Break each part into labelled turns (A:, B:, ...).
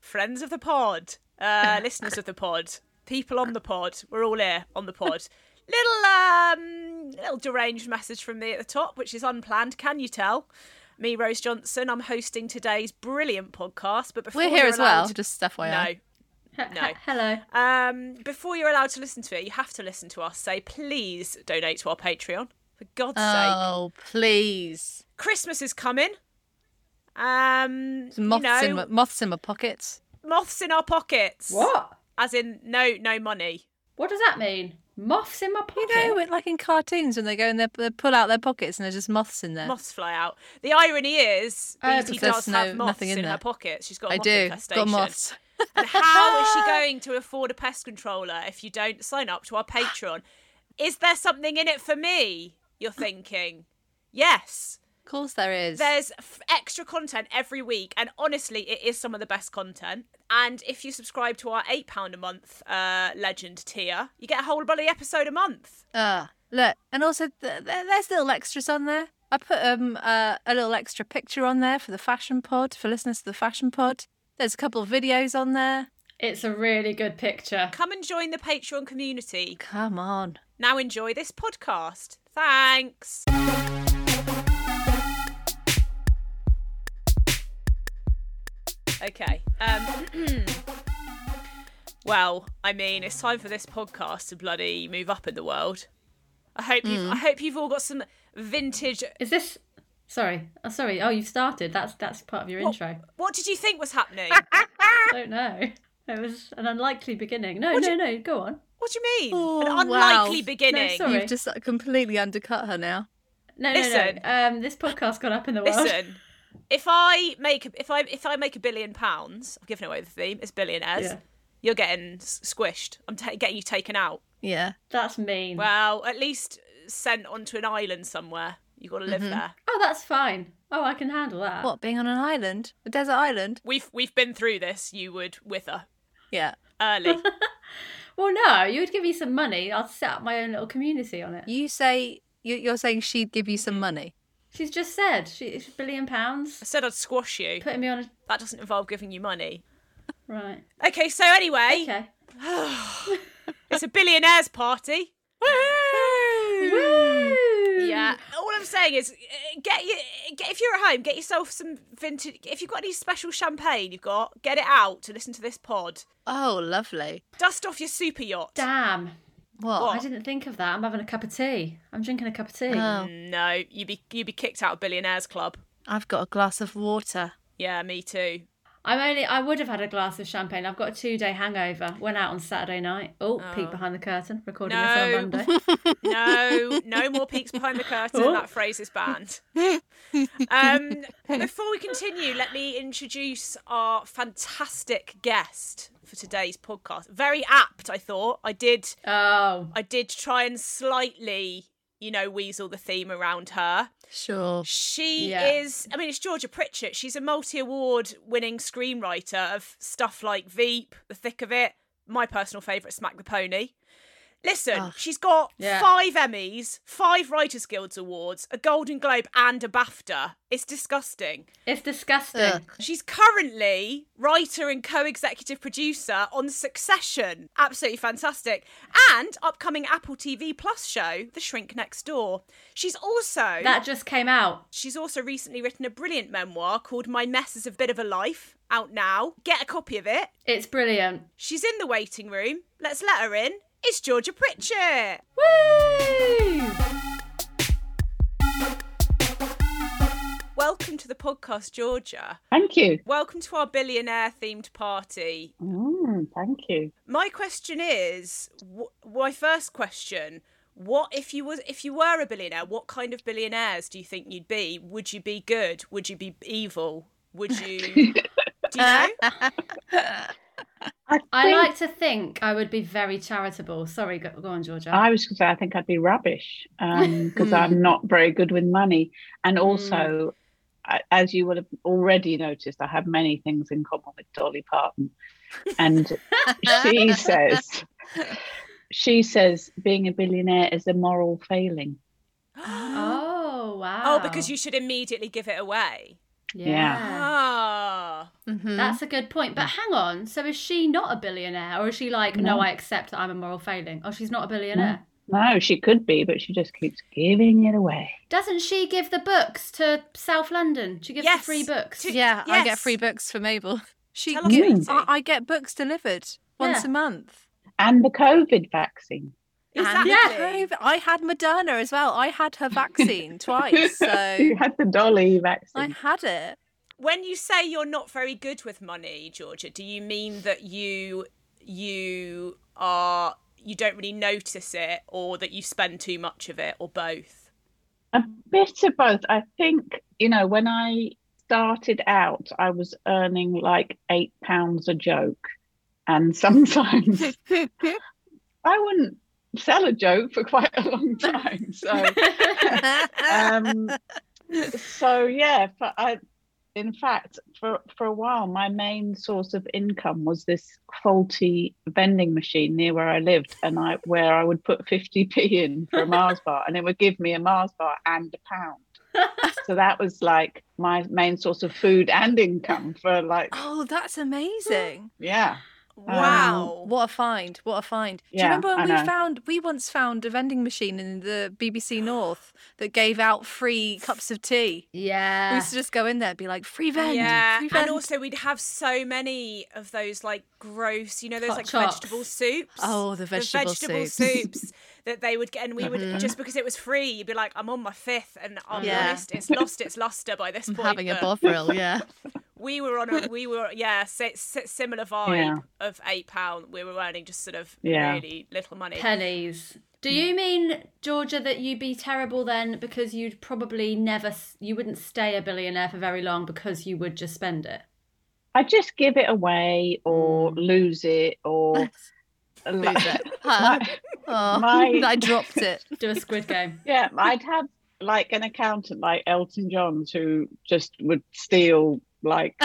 A: friends of the pod, uh, listeners of the pod, people on the pod. We're all here on the pod. little um, little deranged message from me at the top, which is unplanned. Can you tell? Me, Rose Johnson. I'm hosting today's brilliant podcast. But before
B: We're here
A: you're
B: as well,
A: allowed-
B: just FYI.
A: no, No.
C: Hello.
A: um, before you're allowed to listen to it, you have to listen to us say, please donate to our Patreon. For God's sake.
B: Oh, please.
A: Christmas is coming. Um,
B: Some moths,
A: you know,
B: in my, moths in my pockets.
A: moths in our pockets.
C: What?
A: As in, no, no money.
C: What does that mean? Moths in my pocket.
B: You know, it- like in cartoons when they go and they, they pull out their pockets and there's just moths in there.
A: Moths fly out. The irony is,
C: Uh,
A: Beatty
B: there's
A: does have
B: no-
A: moths
B: nothing
A: in,
B: in
A: her
B: there.
A: pockets. She's got a
B: I
A: moth
B: do.
A: infestation.
B: Got moths.
A: and how is she going to afford a pest controller if you don't sign up to our Patreon? Is there something in it for me? You're thinking. Yes.
B: Of course there is.
A: There's f- extra content every week, and honestly, it is some of the best content. And if you subscribe to our eight pound a month uh, legend tier, you get a whole bloody episode a month.
B: Ah, look, and also th- th- there's little extras on there. I put um uh, a little extra picture on there for the fashion pod for listeners to the fashion pod. There's a couple of videos on there.
C: It's a really good picture.
A: Come and join the Patreon community.
B: Come on,
A: Now enjoy this podcast. Thanks. Okay. Um, well, I mean, it's time for this podcast to bloody move up in the world. I hope you've,
C: Hmm.
A: I hope you've all got some vintage.
C: Is this? Sorry. Oh, sorry. Oh, you've started. That's that's part of your intro.
A: What did you think was happening?
C: I don't know. It was an unlikely beginning. No, no, no. Go on.
A: what do you mean?
B: Oh,
A: An unlikely
B: wow.
A: beginning.
C: No, sorry.
B: you've just like, completely undercut her now.
C: No,
A: Listen.
C: no, no. Um, this podcast got up in the world.
A: Listen, if I make if I if I make a billion pounds, I've given away the theme. It's billionaires.
C: Yeah.
A: You're getting s- squished. I'm ta getting you taken out.
C: Mm-hmm.
B: Yeah,
C: That's mean.
A: Well, at least sent onto an island somewhere. You got to live there.
C: Oh, that's fine. Oh, I can handle that.
B: what being on an island, a desert island?
A: We've we've been through this. You would with her
B: Yeah,
A: early.
C: Well, no. You would give me some money. I'd set up my own little community on it.
B: you say you- you're saying she'd give you some money.
C: She's just said she, it's a billion
A: I
C: pounds.
A: said I'd squash you.
C: Putting me on a
A: That doesn't involve giving you money.
C: right.
A: Okay, so anyway,
C: Okay.
A: it's a billionaires party.
C: Woo!
A: Mm. Yeah. All I'm saying is, uh, get you get if you're at home, get yourself some vintage. If you've got any special champagne, you've got get it out to listen to this pod.
B: Oh, lovely.
A: Dust off your super yacht.
C: Damn.
B: What?
A: What?
C: I didn't think of that. I'm having a cup of tea. I'm drinking a cup of tea.
B: Oh,
A: No, you be you be kicked out of billionaires club.
B: I've got a glass of water.
A: Yeah, me too.
C: I'm only. I would have had a glass of champagne. I've got a two day hangover. Went out on Saturday night. Oh, peek behind the curtain. Recording this on
A: No.
C: Monday.
A: No, no more peeks behind the curtain.
C: Oh.
A: That phrase is banned. Um, before we continue, let me introduce our fantastic guest for today's podcast. Very apt, I thought. I did.
C: oh,
A: I did try and slightly, you know, weasel the theme around her.
B: Sure.
A: She
C: Yeah.
A: is, I mean, it's Georgia Pritchett. She's a multi award winning screenwriter of stuff like Veep, The Thick of It, my personal favourite, Smack the Pony. Listen, she's got
C: Yeah.
A: five Emmys, five Writers Guilds Awards, a Golden Globe, and a BAFTA. It's disgusting.
C: it's disgusting.
B: Ugh.
A: She's currently writer and co executive producer on Succession. Absolutely fantastic. And upcoming Apple TV Plus show, The Shrink Next Door. She's also.
C: That just came out.
A: She's also recently written a brilliant memoir called My Mess is a Bit of a Life, out now. Get a copy of it.
C: It's brilliant.
A: She's in the waiting room. Let's let her in. It's Georgia Pritchett.
C: Woo!
A: Welcome to the podcast, Georgia.
D: Thank you.
A: Welcome to our billionaire themed party.
D: Mm, thank you.
A: My question is wh- my first question what if you was if you were a billionaire what kind of billionaires do you think you'd be would you be good would you be evil would you do you know
D: I,
C: I
D: think-
C: like to think I would be very charitable. Sorry, go, go on, Georgia.
D: I was going to say I think I'd be rubbish because I'm not very good with money, and also, I, as you would have already noticed, I have many things in common with Dolly Parton, and she says, she says being a billionaire is a moral failing.
C: oh wow.
A: Oh, because you should immediately give it away.
C: Yeah.
D: Yeah.
A: Ah.
B: Mm-hmm. Mm.
C: That's a good point. But hang on. So is she not a billionaire, or is she like, no, I accept that I'm a moral failing? Oh, she's not a billionaire.
D: No, she could be, but she just keeps giving it away.
C: Doesn't she give the books to South London? She gives
A: Yes.
C: the free books.
A: To-
B: Yeah, I get
A: Yes.
B: free books for Mabel. She
A: Tell 'em
B: get-
A: Katie.
B: I, I get books delivered once
C: Yeah.
B: a month.
D: And the COVID vaccine.
A: Exactly.
B: yeah, I had Moderna as well. I had her vaccine twice,
D: you
B: so
D: had the dolly vaccine.
B: I had it.
A: When you say you're not very good with money, Georgia, do you mean that you you are you don't really notice it or that you spend too much of it or both?
D: A bit of both. I think, you know, when I started out, I was earning like eight pounds a joke. And sometimes I wouldn't sell a joke for quite a long time. So, um, so yeah, but I, in fact, for, for a while, my main source of income was this faulty vending machine near where I lived, and I where I would put 50p in for a Mars bar, and it would give me a Mars bar and a pound. so that was like my main source of food and income for like,
B: oh, that's amazing!
D: yeah.
A: Wow.
B: What a find! What a find! Do
D: Yeah,
B: you remember when
D: I
B: we
D: know.
B: found we once found a vending machine in the BBC North that gave out free cups of tea? We
C: Yeah.
B: used to just go in there, and be like, free vend,
A: yeah,
B: free
A: and
B: vend.
A: also we'd have so many of those like gross, you know, those
C: Hot
A: like
C: chops.
A: vegetable soups.
B: Oh, the vegetable soups. Mm-hmm.
A: soups that they would get, and we would just because it was free, you'd be like, "I'm on my fifth, and I'll be
B: Yeah.
A: honest, it's lost its luster by this
B: I'm
A: point.
B: having a
A: but
B: bovril, yeah.
A: We were on a, we were, yeah, si- si- similar vibe of eight pound. We were earning just sort of
D: Yeah.
A: really little money.
C: Pennies. Do you mean Georgia that you'd be terrible then because you'd probably never s- you wouldn't stay a billionaire for very long because you would just spend it?
D: I just give it away or lose it or
B: Mm. Lose it. Huh?
D: My-
B: Oh,
D: my-
B: I dropped it.
C: Do a squid game.
D: Yeah, I'd have like an accountant like Elton John's who just would steal like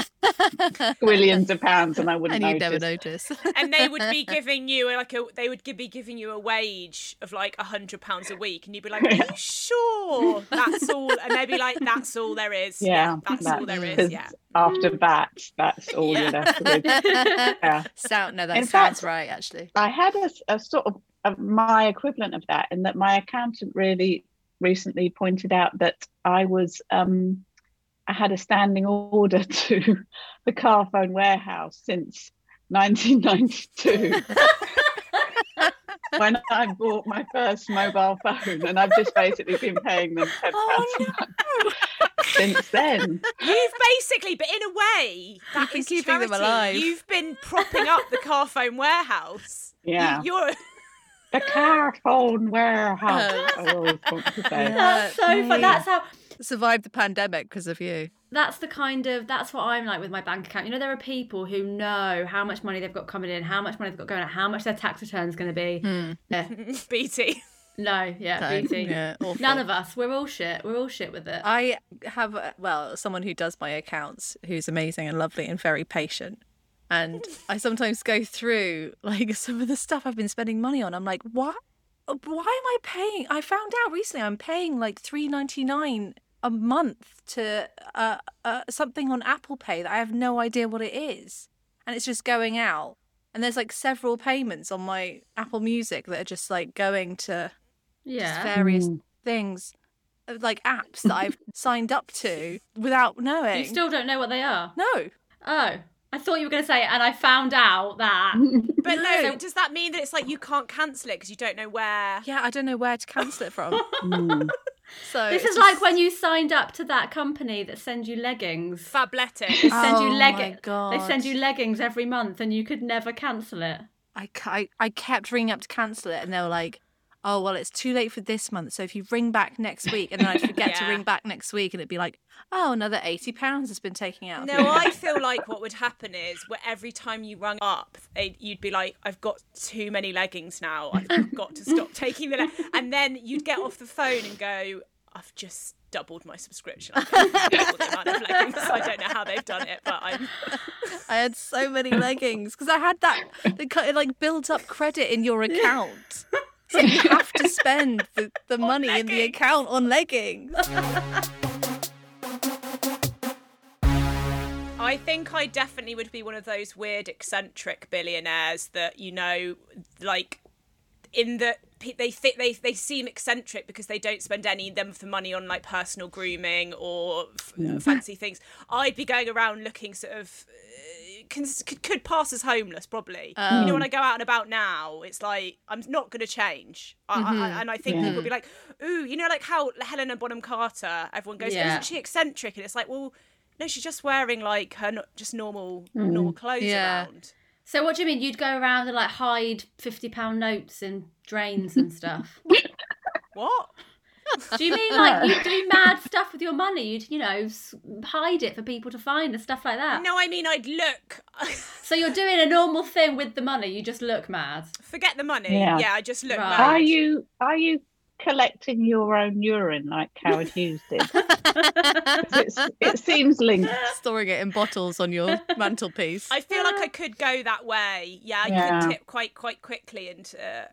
D: billions of pounds and I wouldn't
B: and you'd never
D: notice.
B: notice.
A: and they would be giving you like a they would gi- be giving you a wage of like a hundred pounds a week and you'd be like are you sure that's all and they'd be like that's all there is
D: Yeah,
A: that's all there is
D: 'cause
A: yeah
D: After that, that's all you're left with. Yeah.
B: Sound no, that
D: In
B: sounds
D: fact-
B: right actually.
D: I had a, a sort of a, my equivalent of that, in that my accountant really recently pointed out that I was um, I had a standing order to the car phone warehouse since 1992 when I bought my first mobile phone, and I've just basically been paying them ten pounds
B: Oh,
D: a month since then.
A: you've basically but in a way that
B: been
A: is
B: keeping them
A: charity.
B: alive.
A: you've been propping up the car phone warehouse You-
D: Yeah,
A: you're
D: the car phone warehouse. I always want to say.
C: That's so fun. That's how
B: survived the pandemic because of you.
C: that's the kind of that's what I'm like with my bank account. You know, there are people who know how much money they've got coming in, how much money they've got going out, how much their tax return's going to be. Yeah.
A: BT
C: No, yeah,
B: Mm. Don't.
C: BT.
B: Yeah, awful.
C: None of us. We're all shit. We're all shit with it.
B: I have uh, well, someone who does my accounts who's amazing and lovely and very patient. And I sometimes go through like some of the stuff I've been spending money on. I'm like, what? Uh, Why am I paying? I found out recently I'm paying like three ninety nine a month to uh, uh, something on Apple Pay that I have no idea what it is, and it's just going out. And there's like several payments on my Apple Music that are just like going to just
C: yeah.
B: various things uh, like apps that I've signed up to without knowing.
C: You still don't know what they are.
B: no.
C: Oh, I thought you were going to say, and I found out that.
D: Mm.
A: but no,
C: No.
A: does that mean that it's like you can't cancel it because you don't know where
B: Yeah, I don't know where to cancel it from.
D: Mm.
B: So
C: This
B: it's
C: is
B: just-
C: like when you signed up to that company that sends you leggings.
A: Fabletics.
C: They send
B: Oh
C: you
B: my
C: leggings. They
B: God.
C: send you leggings every month, and you could never cancel it.
B: I, ca- I I kept ringing up to cancel it, and they were like, "Oh well, it's too late for this month. So if you ring back next week, and then I'd forget to
A: Yeah.
B: ring back next week, and it'd be like, oh, another eighty pounds has been taken out. of
A: No,
B: me."
A: I feel like what would happen is where every time you rung up, eh, you'd be like, "I've got too many leggings now. I've got to stop taking the." Le-. And then you'd get off the phone and go, "I've just doubled my subscription. I've doubled the amount of leggings. I don't know how they've done it, but I'm."
B: I had so many leggings because I had that the ki- it like built up credit in your account. So you have to spend the, the money in the
A: leggings.
B: account on leggings.
A: I think I definitely would be one of those weird eccentric billionaires that you know, like, in the pe- they think they they seem eccentric because they don't spend any of them of the money on like personal grooming or f- fancy things. I'd be going around looking sort of. uh, cons- Could, could pass as homeless probably you know when i go out and about now it's like i'm not going to change I, I, I- and i think people would be like ooh you know like how helena bonham carter everyone goes
C: Yeah.
A: isn't she eccentric and it's like well no she's just wearing like her no- just normal normal clothes
B: Yeah.
A: around
C: So what do you mean? You'd go around and like hide fifty pound notes in drains and stuff.
A: what
C: do you mean like you would do mad stuff with your money? You'd you know s- hide it for people to find and stuff like that.
A: no i mean i'd look
C: So you're doing a normal thing with the money. You just look mad.
A: forget the money yeah,
D: Yeah.
A: i just look
C: Right.
A: mad.
D: Are you are you collecting your own urine like Howard Hughes did? 'Cause it's- it seems linked.
B: Storing it in bottles on your mantelpiece.
A: I feel like I could go that way. Yeah, I
D: Yeah.
A: could tip quite quite quickly into uh,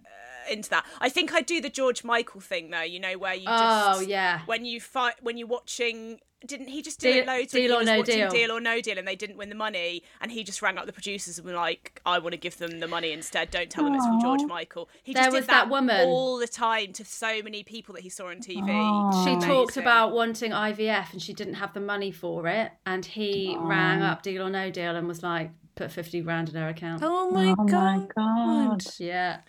A: into that. I think I do the George Michael thing though. You know where you just
C: oh yeah.
A: when you fight when you're watching. Didn't he just do
C: Deal-
A: it loads?
C: Deal
A: when he
C: or
A: was
C: No
A: watching
C: Deal.
A: Deal or No Deal, and they didn't win the money, and he just rang up the producers and was like, "I want to give them the money instead. Don't tell them it's from George Michael." He
C: There
A: just
C: was
A: did
C: that
A: that,
C: woman.
A: all the time to so many people that he saw on TV.
D: Oh.
C: She
A: Amazing.
C: talked about wanting IVF and she didn't have the money for it. And he rang up Deal or No Deal and was like, put 50 grand in her account.
B: oh my
D: oh my
B: god.
D: god.
C: Yeah.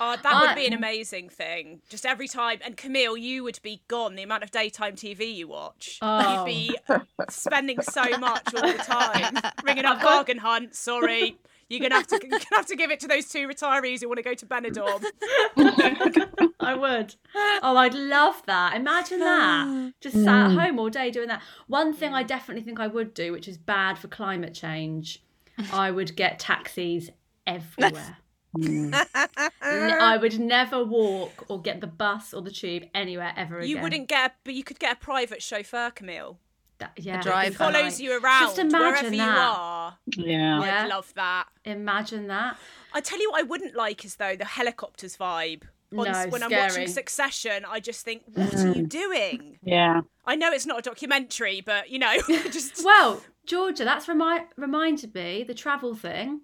A: Oh, that would
C: I-
A: be an amazing thing. Just every time, and Camille, you would be gone. The amount of daytime TV you watch,
C: Oh.
A: you'd be spending so much all the time. Ringing up bargain hunt. Sorry, you're gonna have to you're gonna have to give it to those two retirees who want to go to Benidorm.
C: I would. Oh, I'd love that. Imagine that. Just sat
A: Mm.
C: at home all day doing that. One thing I definitely think I would do, which is bad for climate change, I would get taxis everywhere.
D: Hmm.
C: N-
A: Uh,
C: I would never walk or get the bus or the tube anywhere ever again.
A: You wouldn't get, a, but you could get a private chauffeur, Camille.
C: That, yeah,
B: driver.
A: Follows
C: Follows
A: you around
C: Just imagine
A: wherever you
C: that.
A: are.
D: Yeah.
C: Yeah.
A: I'd love that.
C: Imagine that.
A: I tell you what, I wouldn't like is though the helicopters vibe. On,
C: No,
A: when I'm
C: scary. Mm.
A: watching Succession, I just think, what are you doing?
D: Yeah.
A: I know it's not a documentary, but you know, just
C: Well, Georgia, that's remi- reminded me the travel thing.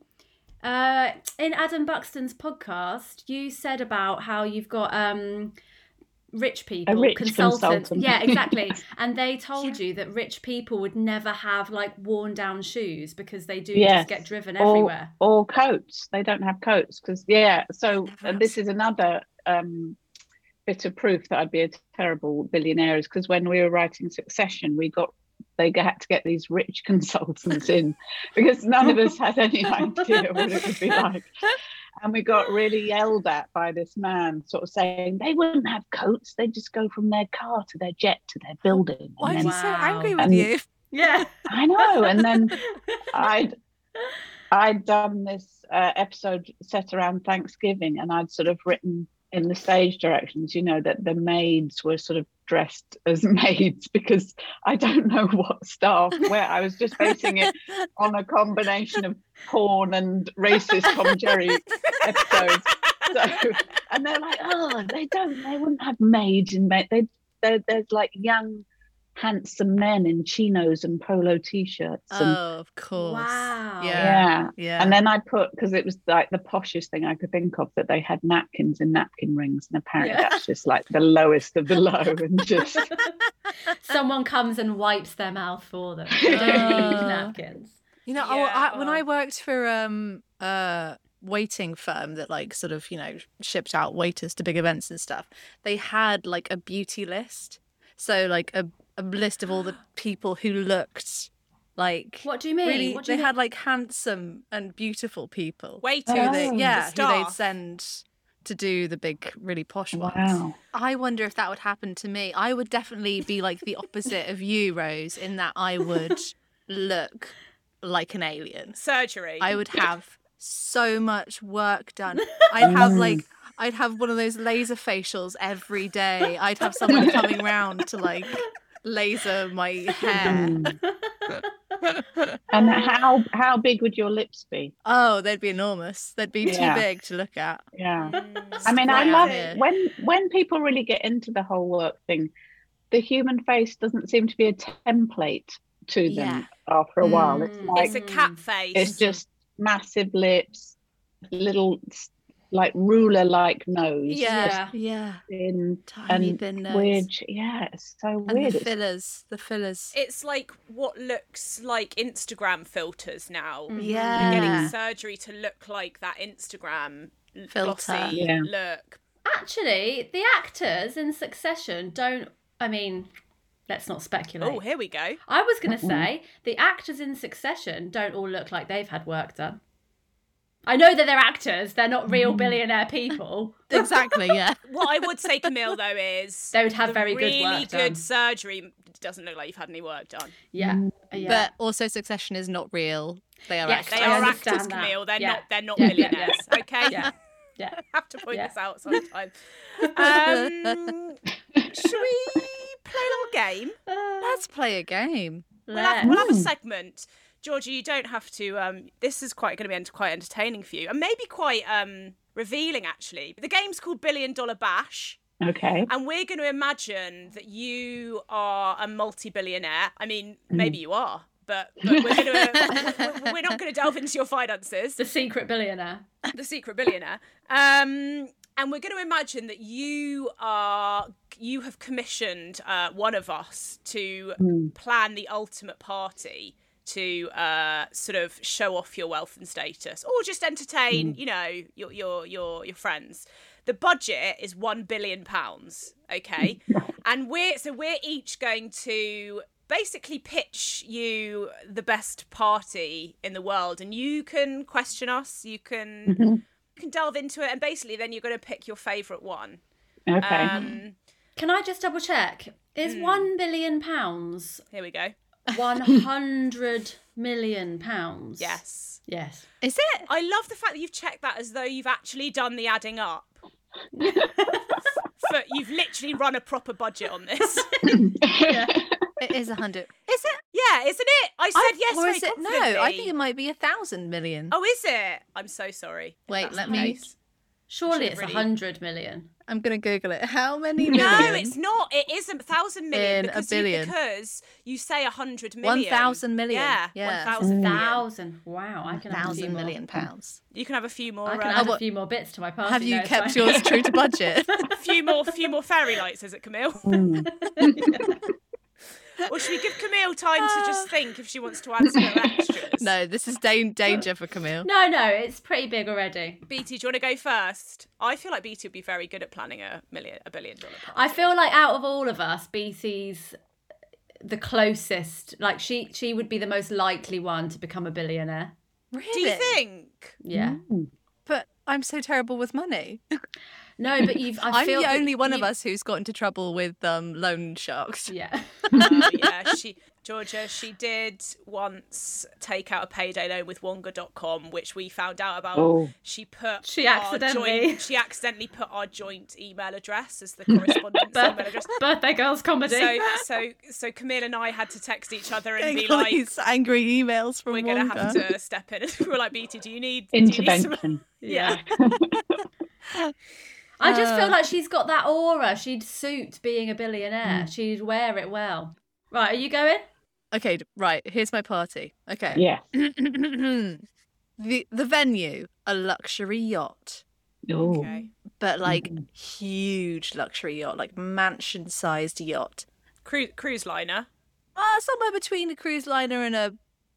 C: Uh, in Adam Buxton's podcast, you said about how you've got um, rich people,
D: rich
C: consultants.
D: consultant.
C: Yeah, exactly. and they told you that rich people would never have like worn down shoes because they do
D: Yes.
C: just get driven
D: Or-
C: everywhere.
D: Or coats. They don't have coats because yeah. So
A: Never.
D: this is another um, bit of proof that I'd be a terrible billionaire is because when we were writing Succession, we got they had to get these rich consultants in because none of us had any idea what it would be like. And we got really yelled at by this man, sort of saying they wouldn't have coats; they just go from their car to their jet to their building.
B: Why is
D: And
B: he
D: then,
B: so
C: Wow.
B: angry with
D: And-
B: you?
C: Yeah.
D: I know, and then I'd I'd done this uh, episode set around Thanksgiving, and I'd sort of written in the stage directions, you know, that the maids were sort of dressed as maids because I don't know what staff where I was just basing it on a combination of porn and racist Tom and Jerry episodes. So, and they're like, oh, they don't, they wouldn't have maids in maid. They, they, there's like young, handsome men in chinos and polo t-shirts. And,
B: Oh, of course.
C: Wow.
B: Oh, Yeah.
D: yeah.
B: Yeah.
D: And then I put because it was like the poshest thing I could think of that they had napkins and napkin rings, and apparently
C: Yeah.
D: that's just like the lowest of the low, and just
C: Someone comes and wipes their mouth for them. They don't
B: Oh.
C: need napkins.
B: You know, I-
A: Yeah,
B: I, when I worked for um a waiting firm that like sort of you know shipped out waiters to big events and stuff, they had like a beauty list. So like a a list of all the people who looked like
C: What do you mean?
B: really
C: what do
B: they
C: you mean?
B: had like handsome and beautiful people
A: waiting.
B: who they
D: Oh.
B: yeah
A: the
B: who they'd
A: staff.
B: send to do the big really posh ones.
D: wow,
B: I wonder if that would happen to me. I would definitely be like the opposite of you, Rose, in that I would look like an alien.
A: surgery.
B: I would have so much work done. I'd
D: Mm.
B: have like I'd have one of those laser facials every day. I'd have someone coming round to like laser my
D: Mm.
B: hair.
D: and how how big would your lips be?
B: Oh, they'd be enormous. They'd be
D: Yeah.
B: too big to look at.
D: Yeah,
A: Mm.
D: I mean, I
B: Square.
D: love
B: Yeah.
D: when when people really get into the whole work thing. The human face doesn't seem to be a template to them
B: Yeah.
D: after a while. It's
C: Mm.
D: like
A: It's a cat face.
D: it's just massive lips, little s- like ruler like nose,
B: Yeah. Yeah.
D: thin,
B: Tiny
D: and
B: thin nose.
D: weird. Yeah, it's so
B: And
D: weird.
B: the
D: It's-
B: fillers. The fillers.
A: It's like what looks like Instagram filters now.
B: Mm. yeah.
A: Getting surgery to look like that Instagram l-
B: Filter.
A: glossy
D: Yeah.
A: look.
C: Actually, the actors in Succession don't. I mean, let's not speculate.
A: Oh, Mm-hmm. here we go.
C: I was going to say the actors in Succession don't all look like they've had work done. I know that they're actors; they're not
A: Mm.
C: real billionaire people.
B: exactly. Yeah.
A: What I would say, Camille, though, is
C: They would have
A: the
C: very good
A: really
C: work
A: good
C: done.
A: surgery doesn't look like you've had any work done.
C: Yeah, yeah.
B: But also, Succession is not real. They are
C: Yes,
A: They
B: actors.
C: I
A: are
C: understand
A: actors,
C: that.
A: Camille. They're
C: Yeah.
A: not. They're not
C: Yeah, yeah, yeah.
A: millionaires. Okay.
C: yeah, yeah.
A: have to point
C: Yeah.
A: this out sometime. Um, should we play a little game?
B: Let's play a game.
A: We'll have, we'll have a segment. Georgie, you don't have to. Um, this is quite going to be ent- quite entertaining for you, and maybe quite um, revealing actually. The game's called Billion Dollar Bash.
D: okay.
B: uh,
A: And we're going to imagine that you are a multi-billionaire. I mean, maybe you are, but, but we're, gonna, we're not going to delve into your finances.
C: the secret billionaire.
A: The secret billionaire. Um, and we're going to imagine that you are you have commissioned uh, one of us to
D: Hmm,
A: plan the ultimate party to uh, sort of show off your wealth and status, or just entertain, you know, your your your your friends. The budget is one billion pounds, okay, and we're so we're each going to basically pitch you the best party in the world, and you can question us, you can you can delve into it, and basically then you're going to pick your favourite one.
D: Okay.
A: Um,
C: Can I just double check? Is
A: Mm.
C: one billion pounds
A: here we go.
C: one hundred million pounds?
A: Yes.
C: Yes.
B: Is it?
A: I love the fact that you've checked that as though you've actually done the adding up. but you've literally run a proper budget on this.
B: It is a hundred. Is it?
A: Yeah, isn't it? I said
B: I-
A: yes.
B: Or
A: very
B: is it? No. I
A: confidently.
B: think it might be a thousand million.
A: Oh, is it? I'm so sorry. if
B: Wait,
A: that's
B: let
A: the
B: me-
A: case.
C: Surely it's a
A: really-
C: hundred million.
B: I'm gonna Google it. How many million?
A: No, it's not. It isn't thousand million
B: In a
A: because you,
B: billion.
A: because you say a hundred
B: One
A: million.
B: thousand million.
A: Yeah,
B: Oh, Yeah.
A: one thousand million.
C: Thousand. Wow, I can have a few
B: Thousand
C: more.
B: million pounds.
A: You can have a few more.
C: I can
A: uh,
C: add
B: what-
C: a few more bits to my party.
B: Have you
C: no, it's
B: kept
C: fine.
B: yours true to budget?
A: a few more, few more fairy lights. Is it Camille?
D: Hmm.
A: or should we give Camille time to just think if she wants to add some more extras?
B: no, this is dan- danger for Camille.
C: No, no, it's pretty big already.
A: BT, do you want to go first? I feel like BT would be very good at planning a million, a billion dollar. plan.
C: I feel like out of all of us, BC's the closest. Like she, she would be the most likely one to become a billionaire.
B: Really?
A: Do you think?
B: Mm-hmm.
C: Yeah.
D: Hmm.
B: But I'm so terrible with money.
C: No, but you've. I
B: I'm
C: feel
B: the
C: that
B: only one of
C: you-
B: us who's got into trouble with um, loan sharks.
C: Yeah.
A: Oh, yeah, she Georgia, she did once take out a payday loan with Wonga.com, which we found out about.
D: Oh.
A: She put
C: She
A: our
C: accidentally-
A: joint, she accidentally put our joint email address as the correspondence email address.
C: Birthday girls comedy.
A: So so so Camille and I had to text each other and be
B: All
A: like,
B: these angry emails from
A: "We're gonna have
B: Wonga.
A: to step in." we were like, "BT, do you need do you need some-
D: Intervention.
A: Yeah,
C: I just
B: Uh.
C: feel like she's got that aura. She'd suit being a billionaire.
B: Mm.
C: She'd wear it well. Right, are you going?
B: Okay, d- right. Here's my party. Okay.
D: Yes.
B: the the venue, a luxury yacht,
D: Oh.
A: okay.
B: but like huge luxury yacht, like mansion sized yacht.
A: Cruise, cruise liner.
B: Uh, somewhere between a cruise liner and a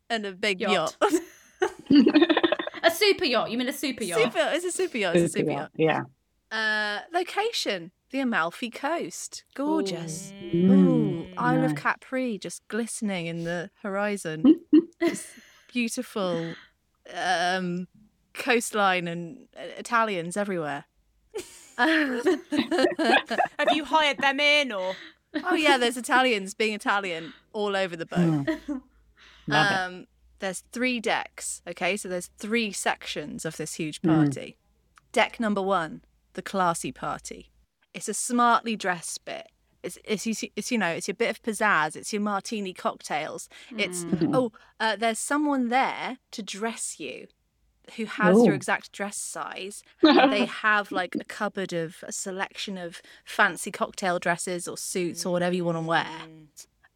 B: and a big yacht.
C: Yacht. A super yacht. You mean a super yacht?
B: super, it's a super yacht. It's a super yacht.
D: Yeah.
B: Uh, location, the Amalfi Coast, gorgeous.
A: Mm.
D: Mm.
B: Ooh, Isle of Capri, just glistening in the horizon. Just beautiful um, coastline and uh, Italians everywhere. oh
A: Have you hired them in or?
B: yeah, there's Italians being Italian all over the boat.
D: Hmm. Love it.
B: um, there's three decks. Okay, so there's three sections of this
D: Hmm.
B: huge party. Deck number one, the classy party. It's a smartly dressed bit. It's, it's, you see- it's you know it's your bit of pizzazz. It's your martini cocktails. It's
D: Hmm.
B: oh uh, there's someone there to dress you, who has your
D: Ooh.
B: exact dress size. and Um, they have like a cupboard of a Mm.
D: Hmm.
B: selection of fancy cocktail dresses or suits or whatever you want to wear.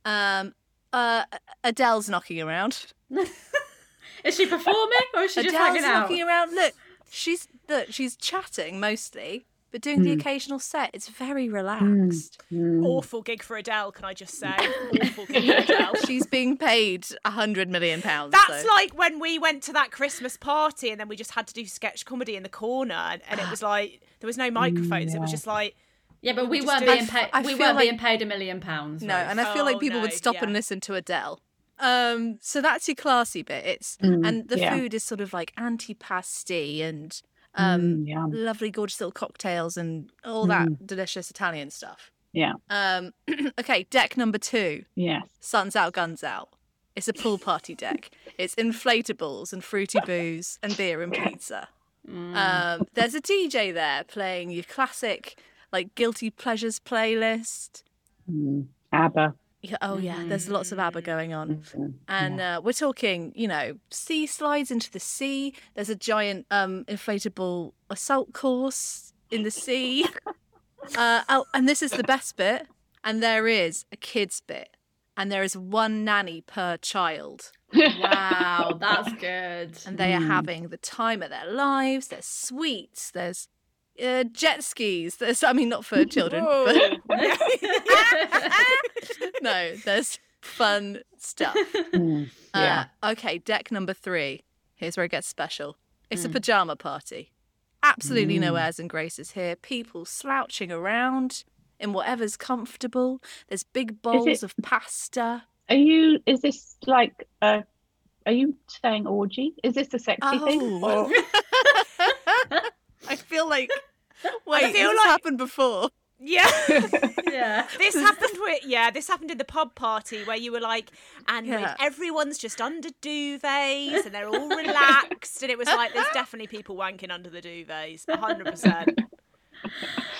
B: Um, uh, Adele's knocking around.
C: Is she performing or is she just
B: Adele's
C: hanging out?
B: knocking around. Look, she's look, she's chatting mostly, but doing
D: Hmm.
B: the occasional set. It's very relaxed.
A: Awful gig for Adele, can I just say? Awful gig for Adele.
B: She's being paid a hundred million pounds.
A: That's
B: so-
A: like when we went to that Christmas party and then we just had to do sketch comedy in the corner and, and it was like there was no microphones. It was just like
C: Yeah, but we
A: Just
C: weren't
A: do it.
C: being paid.
B: I
C: We
B: feel
C: weren't
B: like-
C: being paid a million pounds.
B: No,
C: Rose.
B: and I feel
A: Oh,
B: like people would
A: no,
B: stop
A: yeah.
B: and listen to Adele. Um, so that's your classy bit. It's and the
D: Hmm, yeah.
B: food is sort of like antipasti and um,
D: Mm, yum.
B: lovely, gorgeous little cocktails and all that delicious Italian stuff.
D: Hmm. Yeah.
B: Um, okay, deck number two,
D: Yes.
B: suns out, guns out. It's a pool party deck. It's inflatables and fruity booze and beer and pizza.
C: Mm.
B: Um, there's a DJ there playing your classic like guilty pleasures playlist.
D: Mm. ABBA.
B: Yeah, oh yeah, there's lots of ABBA going on,
D: Mm,
B: and uh, we're talking, you know, sea slides into the sea. There's a giant um, inflatable assault course in the sea. Uh, oh, and this is the best bit. And there is a kids bit, and there is one nanny per child,
C: wow, that's good.
B: and they are having the time of their lives. There's sweets. There's uh, jet skis. There's, I mean, not for children, but Ah, no, there's fun stuff.
D: mm. Yeah.
B: Uh, okay, deck number three. Here's where it gets special. It's a pajama party. Absolutely no airs and graces here. People slouching around in whatever's comfortable. There's big bowls
D: it-
B: of pasta.
D: Are you? Is this like? Uh, are you saying orgy? Is this the sexy thing?
B: Oh.
D: Or,
B: I feel like
A: I
B: wait,
A: feel
B: this
A: like-
B: happened before.
A: Yeah.
C: yeah.
A: this happened with yeah, this happened in the pub party where you were like and like,
B: Yeah.
A: everyone's just under duvets and they're all relaxed and it was like there's definitely people wanking under the duvets. hundred percent.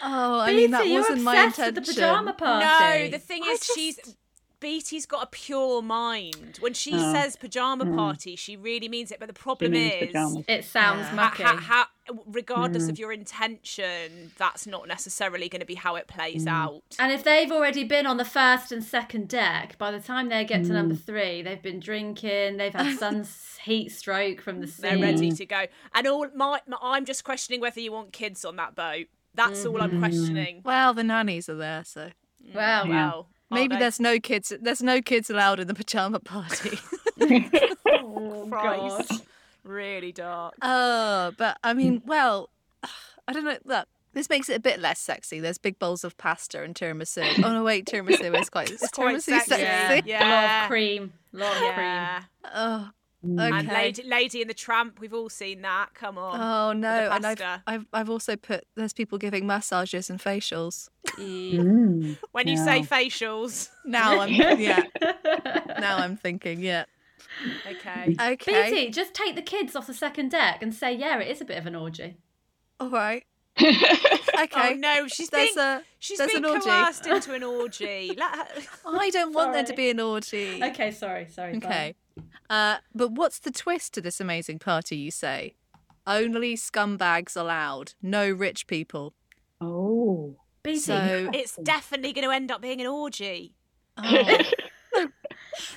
B: Oh, I
C: Peter,
B: mean that
C: you're
B: wasn't my
C: obsessed
B: intention.
C: with the pajama party.
A: No, the thing
B: I
A: is,
B: just-
A: she's Beatty's got a pure mind. When she
D: Oh.
A: says pajama party, she really means it. But the
D: she
A: problem
D: means
A: is,
D: pajamas.
C: it sounds
B: Yeah.
A: ha-
C: mucky.
A: ha- ha- regardless of your intention, that's not necessarily going to be how it plays out.
C: and if they've already been on the first and second deck, by the time they get to number
B: Mm.
C: three, they've been drinking, they've had sun heat stroke from the
A: They're
C: sea.
A: ready to go. And all my, my- I'm just questioning whether you want kids on that boat. That's all I'm questioning. Mm,
B: Well, the nannies are there, so
C: Well,
A: Well,
C: well.
A: are
B: maybe
A: they?
B: there's no kids. There's no kids allowed in the pajama party.
C: Oh,
A: Christ.
C: God.
A: really dark.
B: Oh, but I
A: Mm.
B: mean, well, I don't know. Look, this makes it a bit less sexy. There's big bowls of pasta and tiramisu. Oh no, wait, tiramisu is quite, it's
A: quite
B: tiramisu
A: sexy.
B: sexy.
C: Yeah. A lot
A: Yeah.
C: of cream. A lot of
A: Yeah.
B: Oh,
A: And
B: okay.
A: Lady, Lady and the Tramp, we've all seen that. Come on.
B: Oh no,
A: the
B: and I've,
A: pasta.
B: I've I've also put there's people giving massages and facials.
C: cream.
D: Mm.
A: When you
D: Yeah.
A: say facials,
B: Now I'm yeah. Now I'm thinking yeah.
A: okay.
B: Okay.
C: Beatty, just take the kids off the second deck and say, yeah, it is a bit of an orgy.
B: All right.
A: Oh
D: Mm.
B: Okay.
A: no, she's
B: There's
A: being
B: a
A: she's
B: there's
A: being
B: an orgy.
A: coerced into an orgy. Let her...
B: I don't want there to
C: Sorry.
B: be an orgy.
C: Okay, sorry, sorry. bye.
B: Okay. Uh, but what's the twist to this amazing party, you say? Only scumbags allowed, no rich people.
D: Oh.
C: Beatty,
B: So,
A: It's definitely going to end up being an orgy.
B: oh.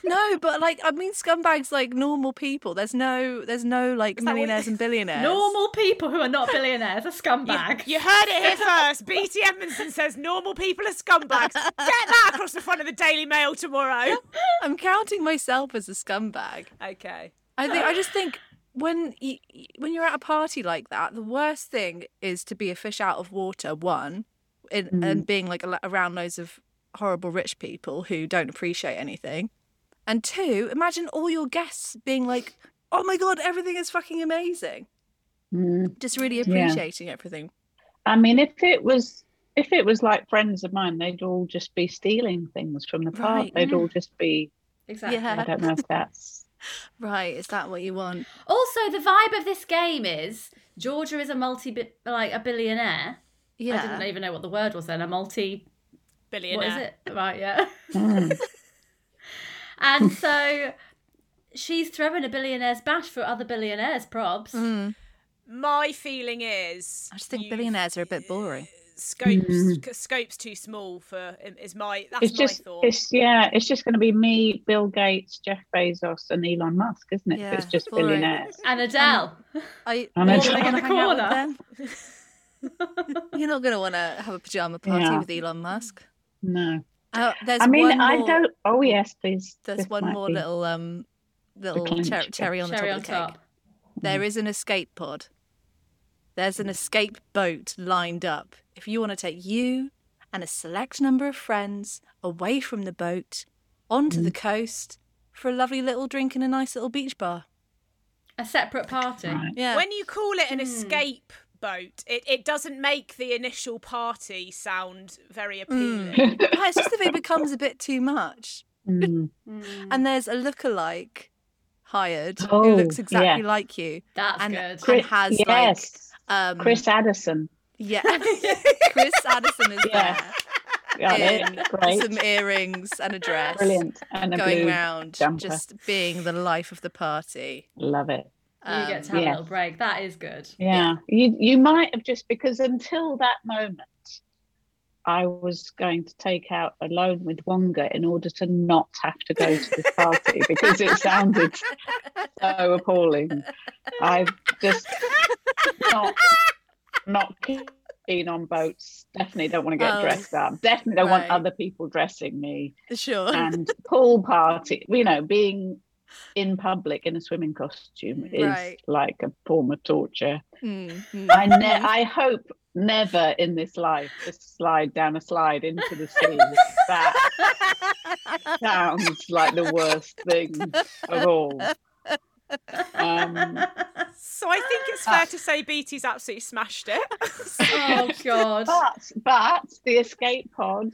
B: no, but like, I mean, scumbags like normal people. There's no, there's no like
A: that what-
B: millionaires and billionaires.
C: normal people who are not billionaires are scumbags.
A: You heard it here first. BT Edmondson says normal people are scumbags. Get that across the front of the Daily Mail tomorrow.
B: I'm counting myself as a scumbag.
A: Okay.
B: I think I just think when you, when you're at a party like that, the worst thing is to be a fish out of water. One, and,
D: Mm.
B: and being like al- around loads of horrible rich people who don't appreciate anything, and two, imagine all your guests being like, "Oh my god, everything is fucking amazing,"
D: Mm.
B: just really appreciating everything.
D: I mean, if it was. If it was like friends of mine, they'd all just be stealing things from the park.
B: Right.
D: They'd all just be.
C: exactly.
D: I
B: Yeah.
D: don't know if that's.
B: Right? Is that what you want?
C: Also, the vibe of this game is Georgia is a multi, bi- like a billionaire. I didn't even know what the word was then. A multi,
A: Billionaire.
C: what is it? Right, yeah.
D: Mm.
C: And so she's throwing a billionaire's bash for other billionaires' probs.
B: Mm.
A: My feeling is.
B: I just think
A: you-
B: billionaires are a bit boring.
A: scopes scopes too small for is my that's
D: Mm. it's
A: my
D: just
A: thought.
D: it's yeah it's just going to be me bill gates jeff bezos and elon musk isn't it
B: Yeah,
D: it's just
B: boring.
D: billionaires
C: And Adele.
B: I,
D: I'm
B: you're
D: a-
B: not gonna
C: Around the
B: hang out with them? You're not going to want to have a pajama party
D: Yeah.
B: with Elon Musk.
D: no
B: Oh, there's
D: i mean
B: one
D: i
B: more-
D: don't oh yes please
B: There's
D: this
B: one
D: might
B: more
D: be-
B: little um little
D: climate
B: cher-
D: change.
B: cherry on the
C: Cherry
B: top
C: on
B: of the cake.
C: top.
D: Mm-hmm.
B: There is an escape pod. There's
D: Mm.
B: an escape boat lined up. If you want to take you and a select number of friends away from the boat onto
D: Mm.
B: the coast for a lovely little drink in a nice little beach bar.
C: A separate party.
D: Right.
B: Yeah.
A: When you call it an escape boat, it, it doesn't make the initial party sound very appealing.
B: Yeah, it's just if it becomes a bit too much.
D: Mm.
B: And there's a look-alike hired
D: Oh,
B: who looks exactly
D: yeah.
B: like you.
C: That's
B: and,
C: good.
B: and
D: Chris-
B: has
D: yes
B: like um
D: chris addison
B: Yeah. Chris Addison is
D: Yeah.
B: there.
D: yeah,
B: in
D: there, great
B: some earrings and a dress.
D: brilliant and a
B: Going
D: blue
B: round,
D: jumper.
B: just being the life of the party.
D: love it
C: you get to
B: Um,
C: have a
D: yes.
C: little break. That is good.
D: yeah you you might have just because until that moment i was going to take out a loan with wonga in order to not have to go to this party because it sounded so appalling i just not not keen on boats definitely don't want to get
B: Oh,
D: dressed up definitely don't
B: right.
D: want other people dressing me
B: um, Sure.
D: and pool party you know being in public in a swimming costume is
B: Right.
D: like a form of torture
B: Mm, mm.
D: I ne- I hope never in this life to slide down a slide into the sea. That sounds like the worst thing of all. Um,
A: So I think it's fair to say BT's absolutely smashed it.
C: oh God.
D: but but the escape pod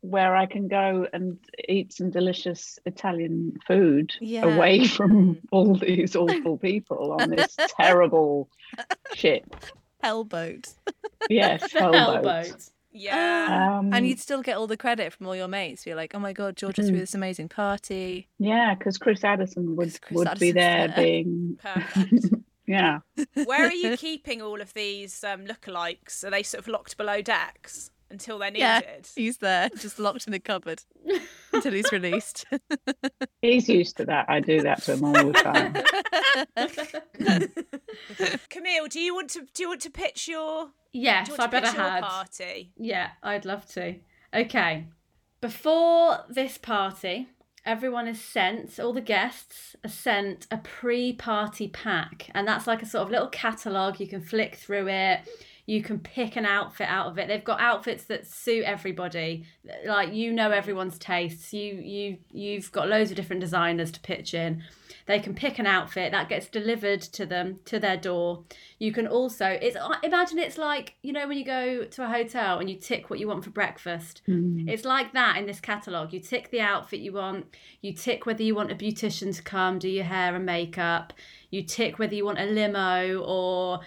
D: where I can go and eat some delicious Italian food
B: Yeah. Mm.
D: away from all these awful people on this terrible ship.
B: Hellboat.
D: Yes,
C: Hell
D: hellboat.
C: boat.
A: Yeah.
D: Um,
B: and you'd still get all the credit from all your mates. You're like, oh my God, Georgia
D: Mm.
B: threw this amazing party.
D: Yeah, because Chris Addison
B: 'Cause
D: would
B: Chris
D: would be
B: Addison's
D: there
B: there.
D: being
A: Perfect.
D: yeah.
A: Where are you keeping all of these um, lookalikes? Are they sort of locked below decks until they're
B: Yeah.
A: needed?
B: He's there, just locked in a cupboard until he's released.
D: He's used to that. I do that to him all the time.
A: Camille, do you want to do you want to pitch your
C: Yes,
A: do you
C: I
A: want to
C: better
A: pitch your
C: had.
A: party?
C: Yeah, I'd love to. Okay. Before this party, everyone is sent, all the guests are sent a pre party pack. And that's like a sort of little catalogue. You can flick through it, you can pick an outfit out of it. They've got outfits that suit everybody. Like you know everyone's tastes. You you you've got loads of different designers to pitch in. They can pick an outfit that gets delivered to them to their door. You can also it's I imagine it's like you know when you go to a hotel and you tick what you want for breakfast.
D: Mm.
C: It's like that in this catalog. You tick the outfit you want. You tick whether you want a beautician to come do your hair and makeup. You tick whether you want a limo or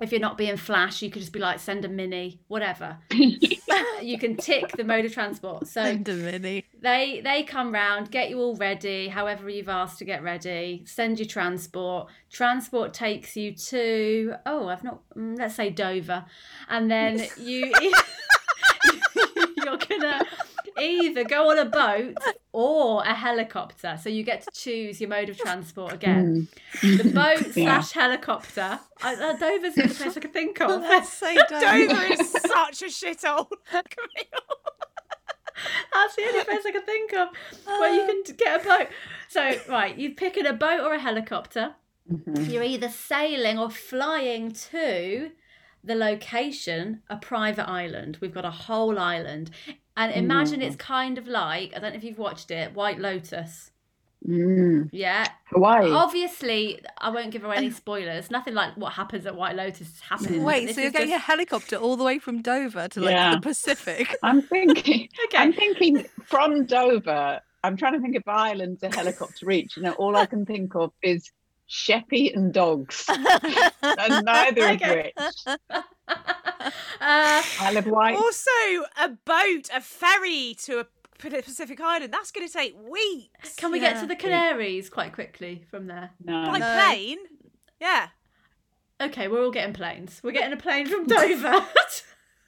C: if you're not being flash, you could just be like send a mini, whatever. you can tick the mode of transport. So
B: Send a mini.
C: they they come round, get you all ready, however you've asked to get ready, send you transport. Transport takes you to oh, I've not mm, let's say Dover, and then you you're gonna either go on a boat or a helicopter. So you get to choose your mode of transport again.
B: Hmm.
C: The boat
D: Yeah.
C: slash helicopter. I, uh, Dover's the only place I could think of.
B: That's so dumb.
A: Dover is such a shithole, Camille.
C: That's the only place I could think of where you can t- get a boat. So, right, you're picking a boat or a helicopter.
D: Mm-hmm.
C: You're either sailing or flying to the location, a private island. We've got a whole island. And imagine
B: Mm.
C: it's kind of like, I don't know if you've watched it, White Lotus.
D: Mm.
C: Yeah.
D: Hawaii.
C: Oh. Obviously, I won't give away any spoilers. Nothing like what happens at White Lotus happens.
B: Wait,
C: This
B: so you're
C: is
B: getting
C: just-
B: a helicopter all the way from Dover to like
D: Yeah.
B: the Pacific?
D: I'm thinking.
C: Okay.
D: I'm thinking from Dover. I'm trying to think of Ireland to helicopter reach. You know, all I can think of is Sheppy and dogs, and neither
C: Okay.
D: of which.
C: Uh,
D: Isle of Wight.
A: Also, a boat, a ferry to a Pacific island. That's going to take weeks.
C: can we get
B: Yeah.
C: to the Canaries quite quickly from there?
A: By
D: No.
B: No.
A: plane? Yeah.
C: Okay, we're all getting planes. We're getting a plane from Dover.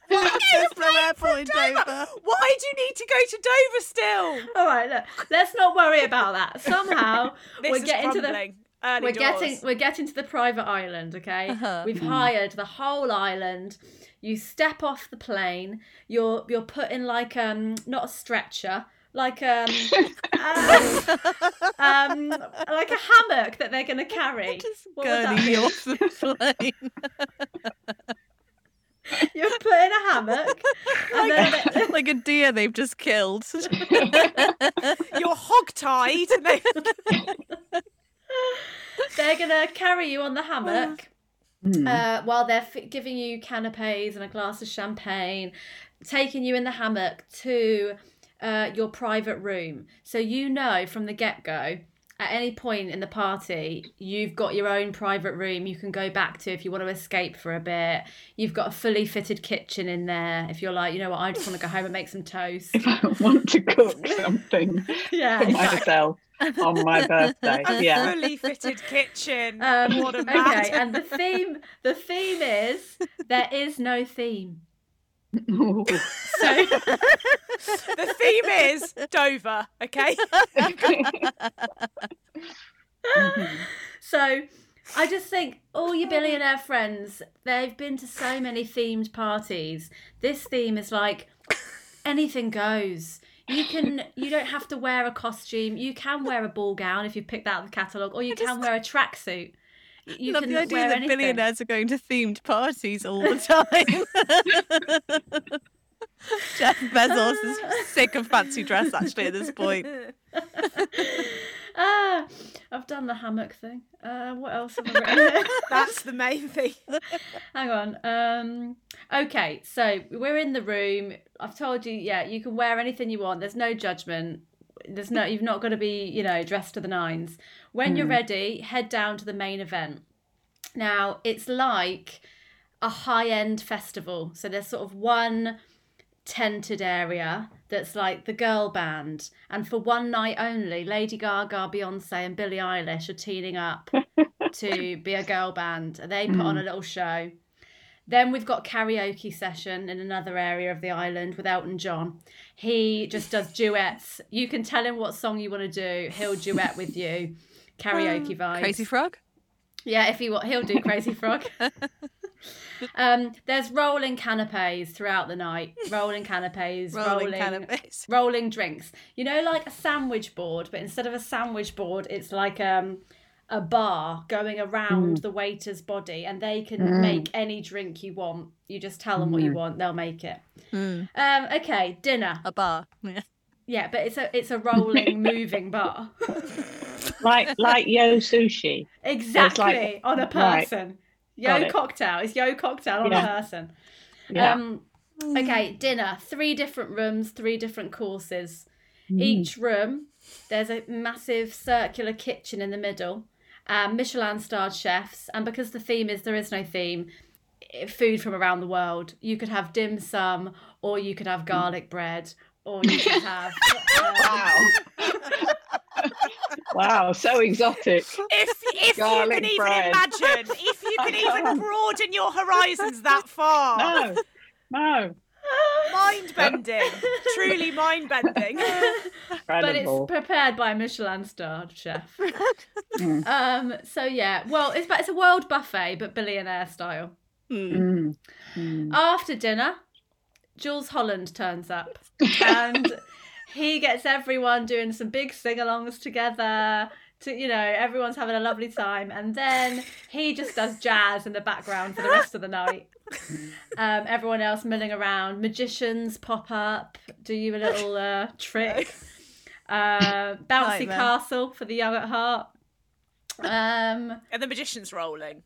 D: Hmm.
B: There's no airport in Dover.
A: Why do you need to go to Dover still?
C: All right, look, let's not worry about that. Somehow
A: This
C: we're
A: is
C: getting to the
A: crumbling. Early
C: we're
A: doors.
C: getting we're getting to the private island okay
B: Uh-huh.
C: we've hired the whole island you step off the plane you're you're put in like um not a stretcher like um, um, um, like a hammock that they're gonna carry
B: Just
C: What would that
B: gurning you
C: be?
B: off the plane.
C: you're put in a hammock and then
B: like a deer they've just killed.
A: You're hog-tied. And they...
C: they're gonna carry you on the hammock
D: Mm.
A: Mm-hmm.
C: uh, while they're f- giving you canapes and a glass of champagne, taking you in the hammock to uh, your private room. So you know from the get go, at any point in the party, you've got your own private room you can go back to if you want to escape for a bit. You've got a fully fitted kitchen in there if you're like, you know what, I just want to go home and make some toast.
D: if I want to cook something
C: yeah.
D: for myself on my birthday.
A: A
D: Yeah.
A: fully fitted kitchen.
C: Um,
A: what a
C: okay,
A: mad.
C: and the theme the theme is there is no theme. So
A: The theme is Dover. Okay.
C: So I just think all your billionaire friends, they've been to so many themed parties. This theme is like anything goes. You can you don't have to wear a costume. You can wear a ball gown if you picked that out of the catalogue, or you can wear a tracksuit. You
B: Love
C: can
B: the idea
C: wear
B: that
C: anything.
B: billionaires are going to themed parties all the time. Jeff Bezos is sick of fancy dress actually at this point.
C: Ah, I've done the hammock thing. Uh, what else have I written? here?
A: That's the main thing.
C: Hang on. Um okay, so we're in the room. I've told you, yeah, you can wear anything you want. There's no judgment. There's no you've not got to be, you know, dressed to the nines. When you're ready, head down to the main event. Now, it's like a high-end festival. So there's sort of one tented area that's like the girl band and for one night only lady gaga beyonce and billie eilish are teaming up to be a girl band they put on a little show then we've got karaoke session in another area of the island with elton john he just does duets you can tell him what song you want to do he'll duet with you karaoke vibes
B: Crazy Frog?
C: yeah, if he what he'll do crazy frog. um, there's rolling canapes throughout the night. Rolling canapes, rolling,
B: Rolling canapes.
C: rolling drinks. You know, like a sandwich board, but instead of a sandwich board, it's like um a bar going
D: Mm.
C: around the waiter's body, and they can make any drink you want. You just tell them what
D: Mm.
C: you want, they'll make it. Um, okay, dinner.
B: A bar. Yeah.
C: Yeah, but it's a it's a rolling moving bar.
D: like like yo sushi.
C: Exactly on a
D: right.
C: person.
D: Got
C: Yo
D: it.
C: cocktail. It's yo cocktail on
D: Yeah.
C: a person.
D: Yeah.
C: Um, okay, dinner. Three different rooms, three different courses.
D: Mm.
C: Each room, there's a massive circular kitchen in the middle. Um, Michelin starred chefs, and because the theme is there is no theme, i- food from around the world. You could have dim sum, or you could have garlic bread, or you could have. um,
D: Mm. wow. wow, so exotic.
A: If if you
D: Garlic
A: can even
D: bread.
A: imagine, if you can even broaden your horizons that far,
D: No. No.
A: mind bending, truly mind bending.
C: but it's
D: Incredible.
C: prepared by a Michelin starred chef. um, so yeah, well, it's but it's a world buffet, but billionaire style.
B: Hmm.
D: Mm.
C: After dinner, Jules Holland turns up and he gets everyone doing some big sing-alongs together. To you know, everyone's having a lovely time, and then he just does jazz in the background for the rest of the night. Um, everyone else milling around, magicians pop up, do you a little uh, trick, uh, bouncy
B: Nightmare.
C: castle for the young at heart. Um,
A: And the magician's rolling.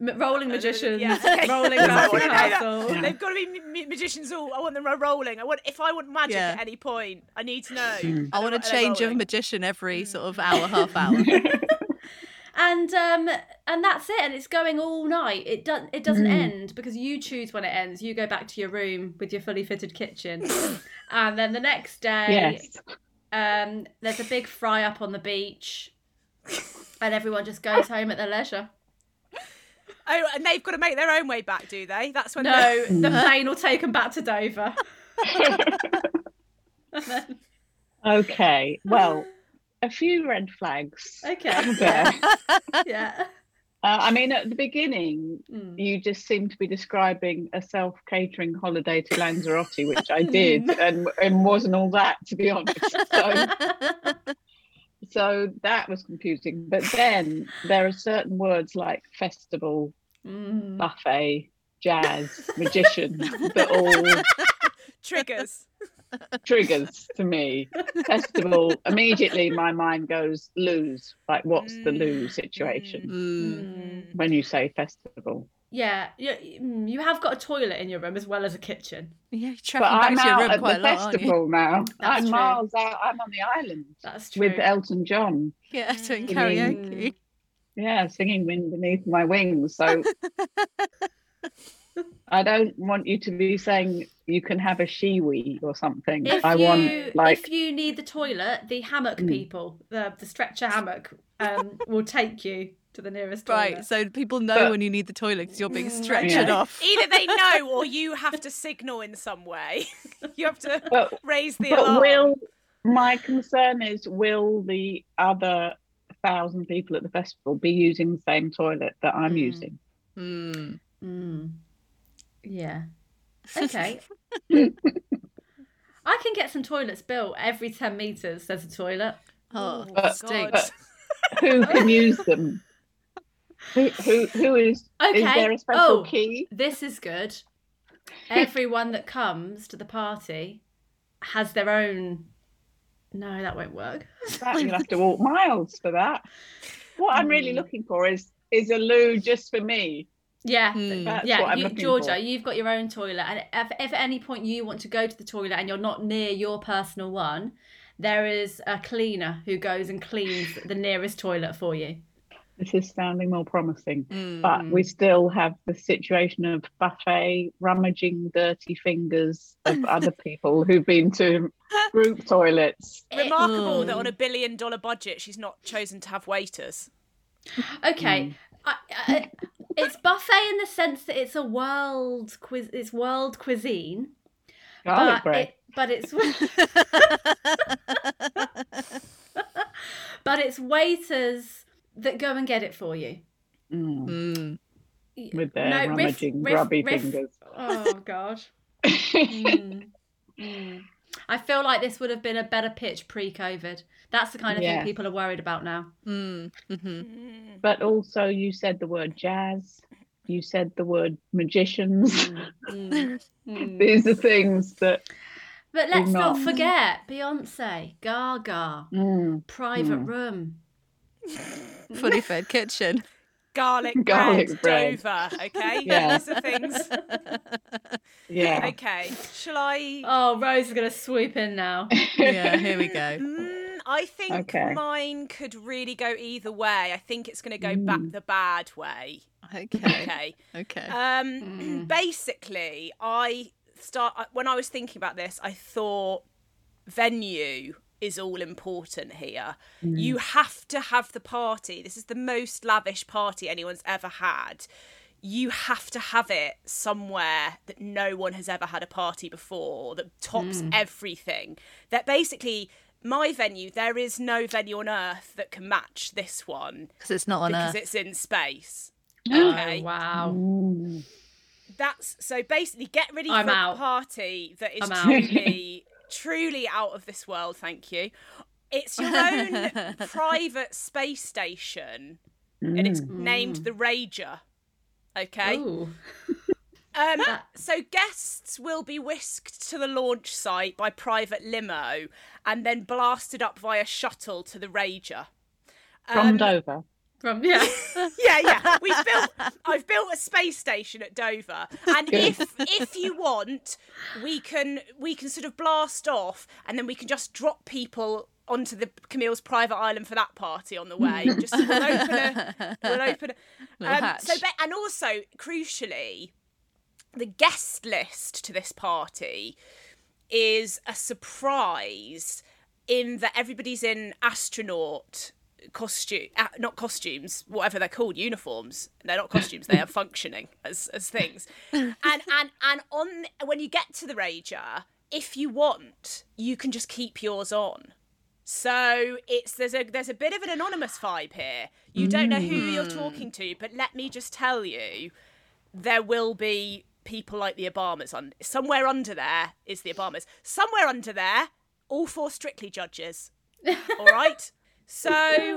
C: m- rolling magicians,
A: Yeah, okay.
C: rolling
A: I
C: bouncy
A: wanna know that.
C: castle.
A: They've got to be ma- ma- magicians all. I want them ro- rolling. I want if I want magic
B: Yeah.
A: at any point, I need to know.
B: I want
A: Are
B: a
A: they
B: change of
A: rolling?
B: magician
C: Hmm.
B: every sort of hour, half hour.
D: Mm.
C: and um and that's it and it's going all night it doesn't it
D: Mm.
C: doesn't end because you choose when it ends you go back to your room with your fully fitted kitchen and then the next day
D: Yes.
C: um there's a big fry up on the beach and everyone just goes home at their leisure
A: Oh, and they've got to make their own way back, do they? That's when they're-
C: No, the
D: Mm.
C: plane will take them back to Dover.
D: okay. Well, a few red flags.
C: Okay.
D: there.
C: Yeah.
D: Uh,
C: yeah.
D: I mean, at the beginning,
C: Mm.
D: you just seem to be describing a self catering holiday to Lanzarote, which I did, and, and wasn't all that, to be honest. So, so that was confusing. But then there are certain words like festival,
C: Mm.
D: buffet, jazz, magician that all
A: triggers.
D: triggers to me. Festival, immediately my mind goes lose. Like, what's the
A: Mm,
D: lose situation
B: Mm.
A: Hmm.
C: Mm.
D: when you say festival?
C: Yeah, you, mm, you have got a toilet in your room as well as a kitchen.
B: Yeah, you're
D: But
B: tracking
D: I'm
B: back to your
D: out
B: room
D: at the
B: quite a lot, aren't you?
D: festival now.
C: That's
D: I'm
C: true.
D: miles out. I'm on the island
C: That's true.
D: with Elton John.
B: Yeah, doing
C: Hmm.
D: Mm.
B: karaoke.
D: Yeah, singing "Wind Beneath My Wings." So I don't want you to be saying you can have a shiwi or something.
C: if
D: I
C: you
D: want
C: if
D: like
C: you need the toilet, the hammock
D: Mm.
C: people, the the stretcher hammock, um, will take you to the nearest
B: Right,
C: toilet.
B: so people know
D: But-
B: when you need the toilet because you're being
C: Mm,
B: stretched
D: okay.
B: off.
A: Either they know or you have to signal in some way. you have to
D: but
A: raise the
D: but
A: alarm.
D: will my concern is will the other thousand people at the festival be using the same toilet that I'm
C: Mm.
D: using? Hmm.
B: Mm.
C: Mm. Yeah. Okay. I can get some toilets built. Every ten meters, there's a toilet.
B: Oh,
A: Ooh,
D: But-
B: stink.
A: God.
D: Who can use them? Who who, who is is
C: Okay.
D: there a special
C: Oh.
D: key?
C: This is good. Everyone that comes to the party has their own. No, that won't work.
D: That you'll have to walk miles for that. What I'm
C: Mm.
D: really looking for is is a loo just for me.
C: Yeah,
B: Mm.
D: That's
C: yeah,
D: what I'm
C: you,
D: looking
C: Georgia,
D: for.
C: you've got your own toilet, and if, if at any point you want to go to the toilet and you're not near your personal one, there is a cleaner who goes and cleans the nearest toilet for you.
D: This is sounding more promising.
B: Mm.
D: But we still have the situation of buffet rummaging dirty fingers of other people who've been to group toilets.
A: Remarkable that
B: Mm.
A: on a billion dollar budget, she's not chosen to have waiters.
D: Hmm.
C: Okay, I, I, it's buffet in the sense that it's a world quiz, it's world cuisine,
D: Garlic
C: but
D: bread.
C: it, but it's but it's waiters that go and get it for you.
D: Mm.
B: Mm.
D: with their
C: No, riff-
D: rummaging
C: riff-
D: grubby
C: riff.
D: fingers.
C: Oh God. Mm. Mm. I feel like this would have been a better pitch pre-COVID. That's the kind of
D: Yeah.
C: thing people are worried about now.
B: Mm. hmm
A: Mm.
D: but also, you said the word jazz. You said the word magicians.
C: Mm.
D: These are things that
C: But let's not.
D: not.
C: forget Beyonce, Gaga,
D: mm,
C: Private
D: Mm.
C: Room.
B: Fully fed kitchen.
A: Garlic,
D: Garlic
A: bread,
D: bread.
A: Dover. Okay,
D: Yeah.
A: these are things.
D: yeah.
A: Okay, shall I?
C: Oh, Rose is gonna swoop in now.
B: Yeah, here we go.
A: Mm, I think
D: Okay.
A: mine could really go either way. I think it's going to go
D: Mm.
A: back the bad way.
B: Okay,
A: Okay.
B: okay. Mm.
A: Um, basically, I start I- when I was thinking about this. I thought venue is all important here.
B: Mm.
A: You have to have the party. This is the most lavish party anyone's ever had. You have to have it somewhere that no one has ever had a party before that tops
B: Mm.
A: everything. That basically my venue. There is no venue on earth that can match this one
B: Because it's not on
A: because
B: Earth.
A: it's in space.
C: Oh,
A: Okay
C: wow.
D: Mm.
A: that's so basically get ready
C: I'm
A: for
C: out.
A: a party that is
C: I'm out.
A: truly truly out of this world thank you it's your own private space station and it's named the rager okay
C: Mm. Ooh.
A: um,
C: That-
A: so guests will be whisked to the launch site by private limo and then blasted up via shuttle to the rager
D: From
A: Um,
D: Dover.
C: From yeah.
A: yeah, yeah. We have built. I've built a space station at Dover, and
D: Good.
A: if if you want, we can we can sort of blast off, and then we can just drop people onto the Camille's private island for that party on the way. Just we'll open a, we'll open. A,
B: Little
A: um, so
B: hatch.
A: ba- and also crucially, the guest list to this party is a surprise in that everybody's in astronaut costume, not costumes, whatever they're called, uniforms. They're not costumes; they are functioning as as things. And and and on when you get to the rager, if you want, you can just keep yours on. So it's there's a there's a bit of an anonymous vibe here. You don't know who you're talking to, but let me just tell you, there will be people like the Obamas on somewhere under there is the Obamas. Somewhere under there, all four strictly judges. All right. So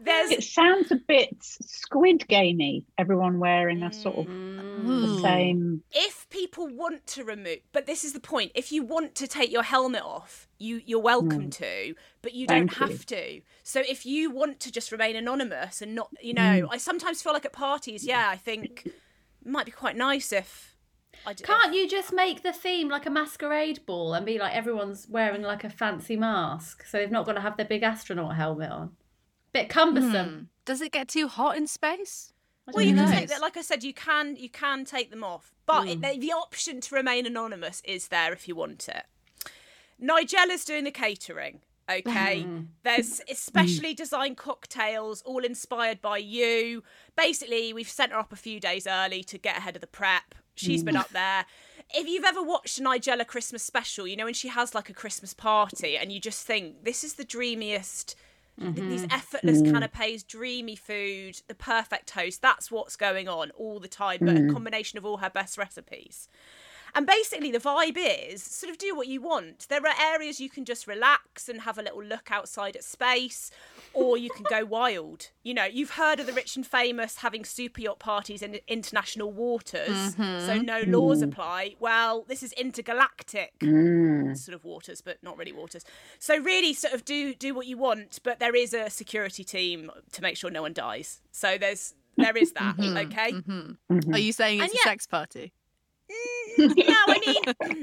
A: there's
D: It sounds a bit squid gamey. Everyone wearing a sort of
C: Mm.
A: Mm.
D: the
B: Hmm.
D: same.
A: if people want to remove but this is the point if you want to take your helmet off you you're welcome to but you don't
D: Hmm. Thank you.
A: have to so if you want to just remain anonymous and not
D: Hmm.
A: you know i sometimes feel like at parties yeah i think it might be quite nice if i d-
C: Can't you just make the theme like a masquerade ball and be like everyone's wearing like a fancy mask, so they've not got to have their big astronaut helmet on? Bit cumbersome.
B: Does it get too hot in space?
C: I
A: well you
C: don't
A: can
C: know.
A: take that like i said you can you can take them off but
D: Hmm.
A: it, the, the option to remain anonymous is there if you want it nigella's doing the catering
D: Hmm.
A: okay
C: Hmm.
A: there's especially designed cocktails all inspired by you basically we've sent her up a few days early to get ahead of the prep she's been up there if you've ever watched a nigella christmas special you know when she has like a christmas party and you just think this is the dreamiest
C: Hmm.
A: these effortless canapes, dreamy food, the perfect host. That's what's going on all the time, but a combination of all her best recipes. And basically, the vibe is sort of do what you want. There are areas you can just relax and have a little look outside at space, or you can go wild. You know, you've heard of the rich and famous having super yacht parties in international waters, so no laws apply. Well, this is intergalactic
D: Mm-hmm.
C: Mm.
A: sort of waters, but not really waters. So really, sort of do do what you want, but there is a security team to make sure no one dies. So there's there is that.
C: Mm-hmm.
A: Ah, okay.
B: Mm-hmm.
C: Mm.
D: Hmm.
A: Oh,
B: Are you saying it's
A: And
B: a
A: yet-
B: sex party?
A: No, Eh, I mean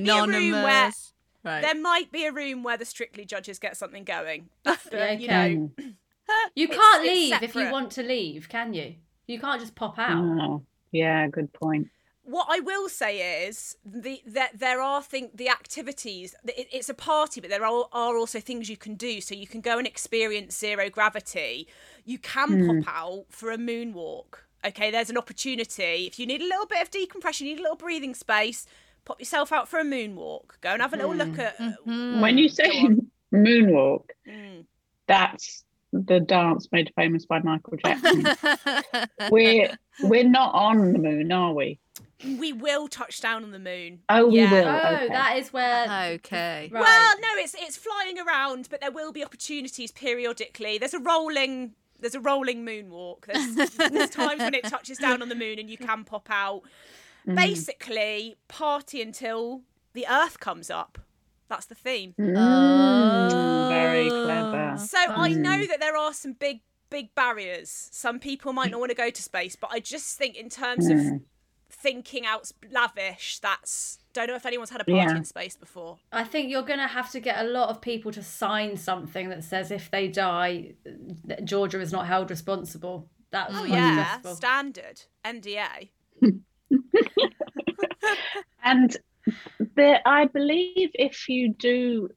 A: there might be a room where
B: Anonymous. Right.
A: there might be a room where the strictly judges get something going. That's the,
C: Yeah,
A: you
C: okay.
D: Mm-hmm.
A: know.
C: You
A: It's-
C: can't
A: it's
C: leave if you
A: separate.
C: want to leave, can you? You can't just pop out.
D: Oh, yeah, good point.
A: What I will say is the that there are thing the activities. th- It, it's a party, but there are, are also things you can do. So you can go and experience zero gravity. You can
D: Hmm.
A: pop out for a moonwalk. Okay, there's an opportunity. If you need a little bit of decompression, you need a little breathing space. Pop yourself out for a moonwalk. Go and have a little
D: Hmm.
A: look at.
B: Mm-hmm.
D: When you say moonwalk,
A: Mm.
D: that's the dance made famous by Michael Jackson. we're we're not on the moon, are we?
A: mm, We will touch down on the moon.
D: Oh, we
A: Yeah.
D: will.
C: Oh,
D: okay.
C: that is where.
B: okay.
C: Right.
A: Well, no, it's it's flying around, but there will be opportunities periodically. There's a rolling there's a rolling moonwalk. There's, there's times when it touches down on the moon and you can pop out. Basically, party until the Earth comes up. That's the theme.
D: Mm, very clever.
A: So I know that there are some big big barriers. Some people might not want to go to space, but I just think in terms of thinking out lavish, that's don't know if anyone's had a party
D: Yeah.
A: in space before.
C: I think you're going to have to get a lot of people to sign something that says if they die, that Georgia is not held responsible. That's
A: Oh
C: quite
A: yeah,
C: stressful.
A: standard NDA.
D: And there, I believe if you do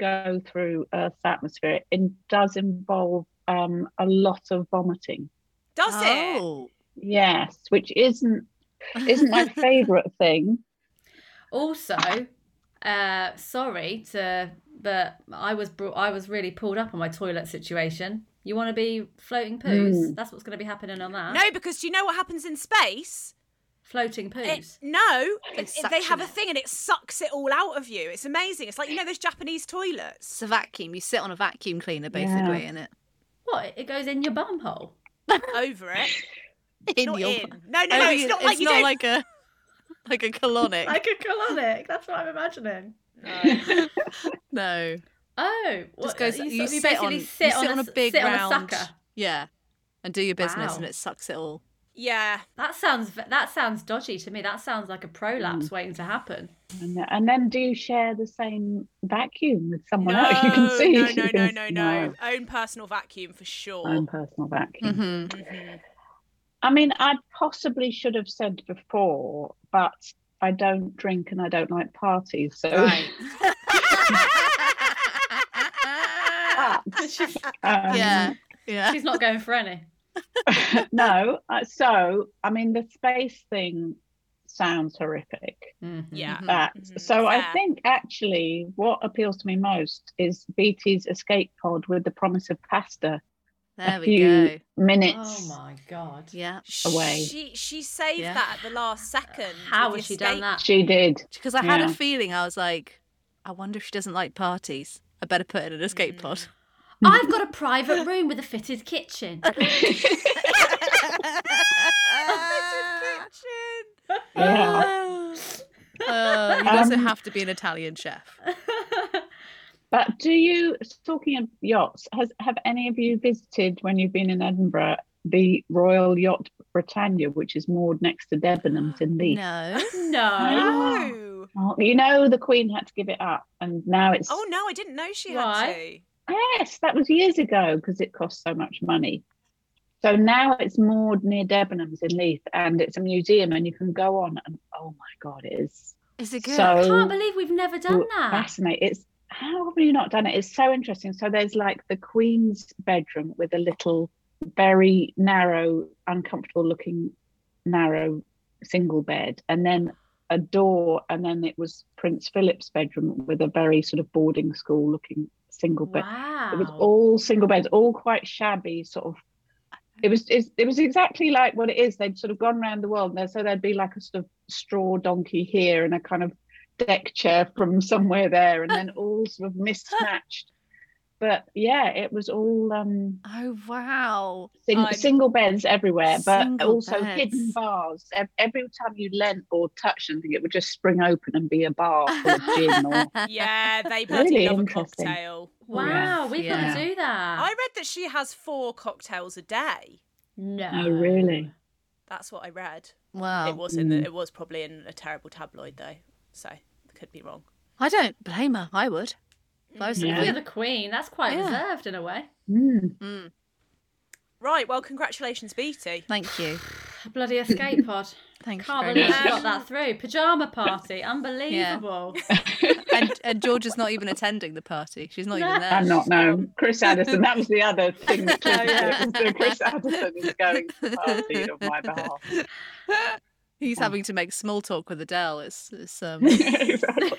D: go through Earth's atmosphere, it does involve um, a lot of vomiting.
A: Does it?
B: Oh.
D: Yes, which isn't isn't my favourite thing.
C: Also, uh, sorry to, but I was brought, I was really pulled up on my toilet situation. You want to be floating poos? That's what's going to be happening on that.
A: No, because do you know what happens in space?
C: Floating
A: It,
C: poos.
A: no,
B: They
A: it- they
B: suction
A: have a
B: it.
A: thing and it sucks it all out of you. It's amazing. It's like you know those Japanese toilets.
B: It's a vacuum. You sit on a vacuum cleaner, basically, in it.
C: What? It goes in your bum hole.
A: Over it,
B: In
A: not
B: your- Oh,
A: in. No, no,
B: I
A: no.
B: mean,
A: It's not like you don't.
B: like a like a colonic.
C: a colonic. That's what I'm imagining.
B: No,
C: Oh,
B: just
C: what-
B: goes.
C: you,
B: You,
C: sort of- you
B: sit on.
C: basically
B: You
C: sit, on, a,
B: a,
C: s-
B: big
C: sit
B: round.
C: on a sucker.
B: Yeah, and do your business,
C: Wow.
B: and it sucks it all.
A: yeah,
C: That sounds v- that sounds dodgy to me. That sounds like a
B: Mm.
C: prolapse waiting to happen.
D: And, th- and then do you share the same vacuum with someone
A: no,
D: else? You can see.
A: no,
D: you
A: no, no,
D: can-
A: no, no. Mm-hmm. Own personal vacuum for sure.
D: Own personal vacuum.
B: hmm
D: I mean, I possibly should have said before, but I don't drink and I don't like parties. So
B: Right.
D: Ah, Um,
B: yeah. Yeah.
C: She's not going for any.
D: no. uh, So, I mean, the space thing sounds horrific.
C: Mm-hmm.
A: Yeah.
B: Mm,
D: That.
B: mm-hmm.
A: Mhm.
D: So, I
A: Fair.
D: think actually what appeals to me most is BT's escape pod with the promise of pasta
B: There
D: a
B: we
D: few
B: go.
C: Oh
D: minutes.
C: my god.
B: Yeah.
D: Away.
A: She she saved
B: Yeah.
A: that at the last second.
C: How
A: with
C: has she
A: the
C: done
A: escape-
C: that?
D: She did.
B: Because I had a
D: Yeah.
B: feeling I was like, I wonder if she doesn't like parties. I better put in an escape pod.
C: I've got a private room with a fitted kitchen.
A: Kitchen.
D: Yeah.
B: Oh, you also
D: Um,
B: have to be an Italian chef.
D: But do you, talking of yachts, has have any of you visited when you've been in Edinburgh the Royal Yacht Britannia, which is moored next to Debenhams
B: Uh,
D: in Leith?
B: No.
C: no.
A: No.
D: Oh, you know, the Queen had to give it up, and now it's
A: Oh no, I didn't know she had to.
C: Why?
D: yes, that was years ago because it cost so much money. So now it's moored near Debenhams in Leith, and it's a museum, and you can go on. And oh my God, it is
B: Is it good?
C: I
D: So-
C: can't believe we've never done that.
D: fascinating. It's how have you not done it? It's so interesting. So there's like the Queen's bedroom with a little, very narrow, uncomfortable looking, narrow single bed, and then a door, and then it was Prince Philip's bedroom with a very sort of boarding school looking single bed. It was
C: Wow.
D: all single beds, all quite shabby, sort of. It was it's, it was exactly like what it is. They'd sort of gone round the world, and so there'd be like a sort of straw donkey here and a kind of deck chair from somewhere there, and then all sort of mismatched. But yeah, it was all um,
B: Oh wow!
D: sing-
A: I'm-
D: single beds everywhere, but
B: Single
D: also
B: beds.
D: hidden bars. Ev- Every time you leant or touched something, it would just spring open and be a bar full of gin. Or,
A: Yeah, they bloody
D: Really
A: love a
D: interesting.
A: cocktail.
C: Wow, we've got
B: Yeah.
C: to do that.
A: I read that she has four cocktails a day.
C: No.
D: oh, really?
A: That's what I read. It
B: Wow.
A: was in the,
D: Mm.
A: it was probably in a terrible tabloid though, so could be wrong.
B: I don't blame her. I would. If I was
D: Yeah.
C: You're the queen. That's quite
B: Yeah.
C: reserved in a way.
D: Mm.
B: Mm,
A: Right, well, congratulations, Beatty.
B: thank you.
C: A bloody escape pod.
B: Thank
C: Can't
B: you.
C: believe
B: Very
C: you
A: much.
C: got that through. Pajama party. Unbelievable.
B: much. And, and Georgia's not even attending the party. She's not even there.
D: I'm not no Chris Addison. That was the other thing that Chris,
C: Oh, Um, yeah.
D: did. Chris Addison is going to the party on my behalf.
B: He's having to make small talk with Adele. It's, it's um.
D: Exactly.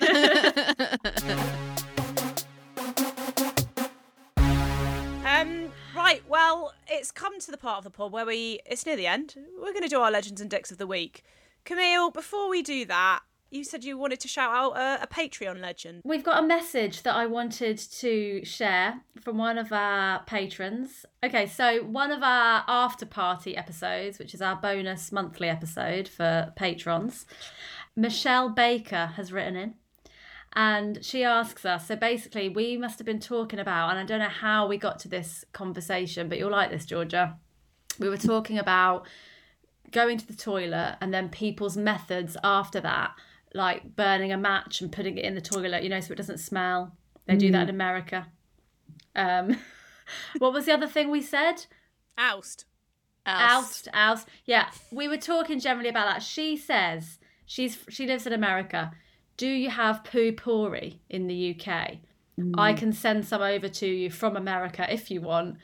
A: Um, right, well, it's come to the part of the pod where we it's near the end. We're going to do our legends and dicks of the week. Camille, before we do that, you said you wanted to shout out a, a Patreon legend.
C: We've got a message that I wanted to share from one of our patrons. Okay, so one of our after party episodes, which is our bonus monthly episode for patrons, Michelle Baker has written in. And she asks us, so basically, we must have been talking about, and I don't know how we got to this conversation, but you'll like this, Georgia. We were talking about going to the toilet and then people's methods after that, like burning a match and putting it in the toilet, you know, so it doesn't smell. They do that in America. Um, what was the other thing we said?
A: Oust.
B: Oust.
C: Oust. oust, Yeah, we were talking generally about that. She says she's she lives in America. Do you have poo pourri in the UK?
D: Mm.
C: I can send some over to you from America if you want.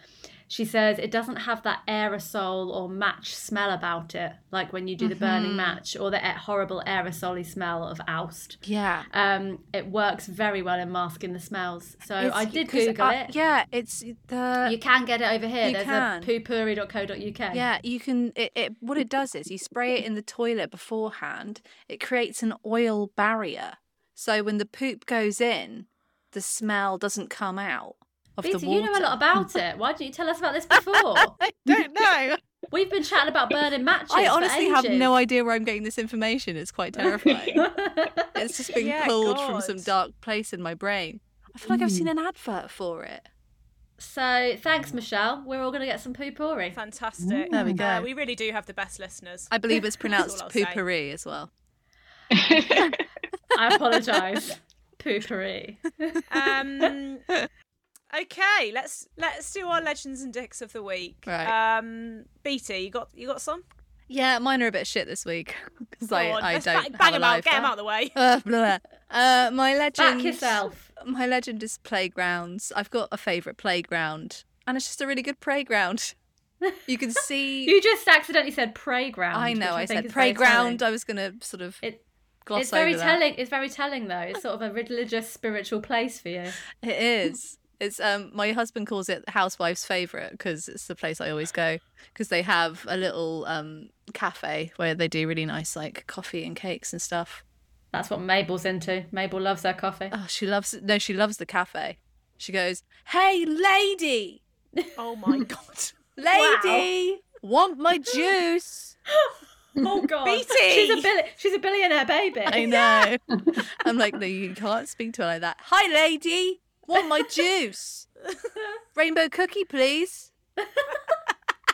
C: She says it doesn't have that aerosol or match smell about it, like when you do the burning match or the horrible aerosoly smell of oust.
B: Yeah.
C: Um, it works very well in masking the smells. So
B: It's-
C: I did
B: 'cause
C: Google
B: I-
C: it.
B: Yeah, it's the
C: You can get it over here.
B: You
C: There's
B: can.
C: a poopuri.co.uk.
B: Yeah, you can. It, it what it does is you spray it in the toilet beforehand. It creates an oil barrier, so when the poop goes in, the smell doesn't come out of
C: Peter,
B: the water.
C: you know a lot about it. Why didn't you tell us about this before?
B: I don't know.
C: We've been chatting about burning matches.
B: I
C: for
B: honestly have
C: ages.
B: no idea where I'm getting this information. It's quite terrifying. it's just been
A: Yeah,
B: pulled from some
A: God.
B: dark place in my brain. I feel like I've seen an advert for it.
C: So thanks, Michelle. We're all going to get some poo pourri.
A: Fantastic.
B: There we
A: Uh,
B: go.
A: we really do have the best listeners.
B: I believe it's pronounced
A: I'll say.
B: poopery as well.
D: Mm.
C: I apologise. poo pourri.
A: um okay let's let's do our legends and dicks of the week
B: Right.
A: um bt you got you got some
B: Yeah, mine are a bit shit this week because
A: Go on,
B: I, I
A: let's
B: don't
A: bang,
B: have
A: bang
B: a
A: them out
B: life.
A: get them out of the way
B: Uh, blah, blah. Uh, my legend.
C: Back yourself.
B: my legend is playgrounds. I've got a favourite playground, and it's just a really good playground. You can see.
C: You just accidentally said playground.
B: I know.
C: which
B: I,
C: think
B: said
C: is very
B: playground.
C: telling.
B: I was gonna sort of
C: It-
B: gloss
C: it's very
B: over that.
C: telling. It's very telling, though. It's sort of a religious, spiritual place for you.
B: It is. It's um my husband calls it housewife's favorite because it's the place I always go because they have a little um cafe where they do really nice like coffee and cakes and stuff.
C: That's what Mabel's into. Mabel loves her coffee.
B: Oh, she loves no, she loves the cafe. She goes, "Hey lady,
A: Oh my god.
B: lady, want my juice?"
C: Oh God,
A: BT.
C: she's a bill- she's a billionaire baby.
B: I know. I'm like, no, you can't speak to her like that. Hi lady, want my juice? Rainbow cookie, please.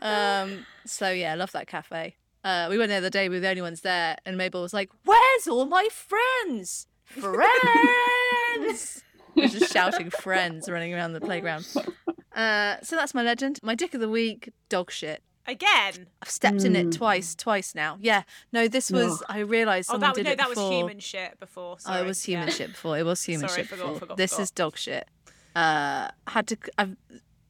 B: um. So yeah, I love that cafe. Uh, we went there the other day. We were the only ones there, and Mabel was like, "Where's all my friends? Friends!" we were just shouting "friends" running around the playground. Uh, so that's my legend. My dick of the week, dog shit.
A: Again. Oh,
B: I've stepped in it
D: Mm.
B: twice, twice now. Yeah. No, this was. I realised someone
A: oh, that,
B: did
A: no,
B: it
A: that
B: before.
A: was human shit before.
B: Oh,
A: Sorry.
B: it was human
A: Yeah.
B: shit before. It was human
A: Sorry,
B: shit
A: forgot,
B: before.
A: forgot,
B: this
A: forgot.
B: is dog shit. Uh, had to. I've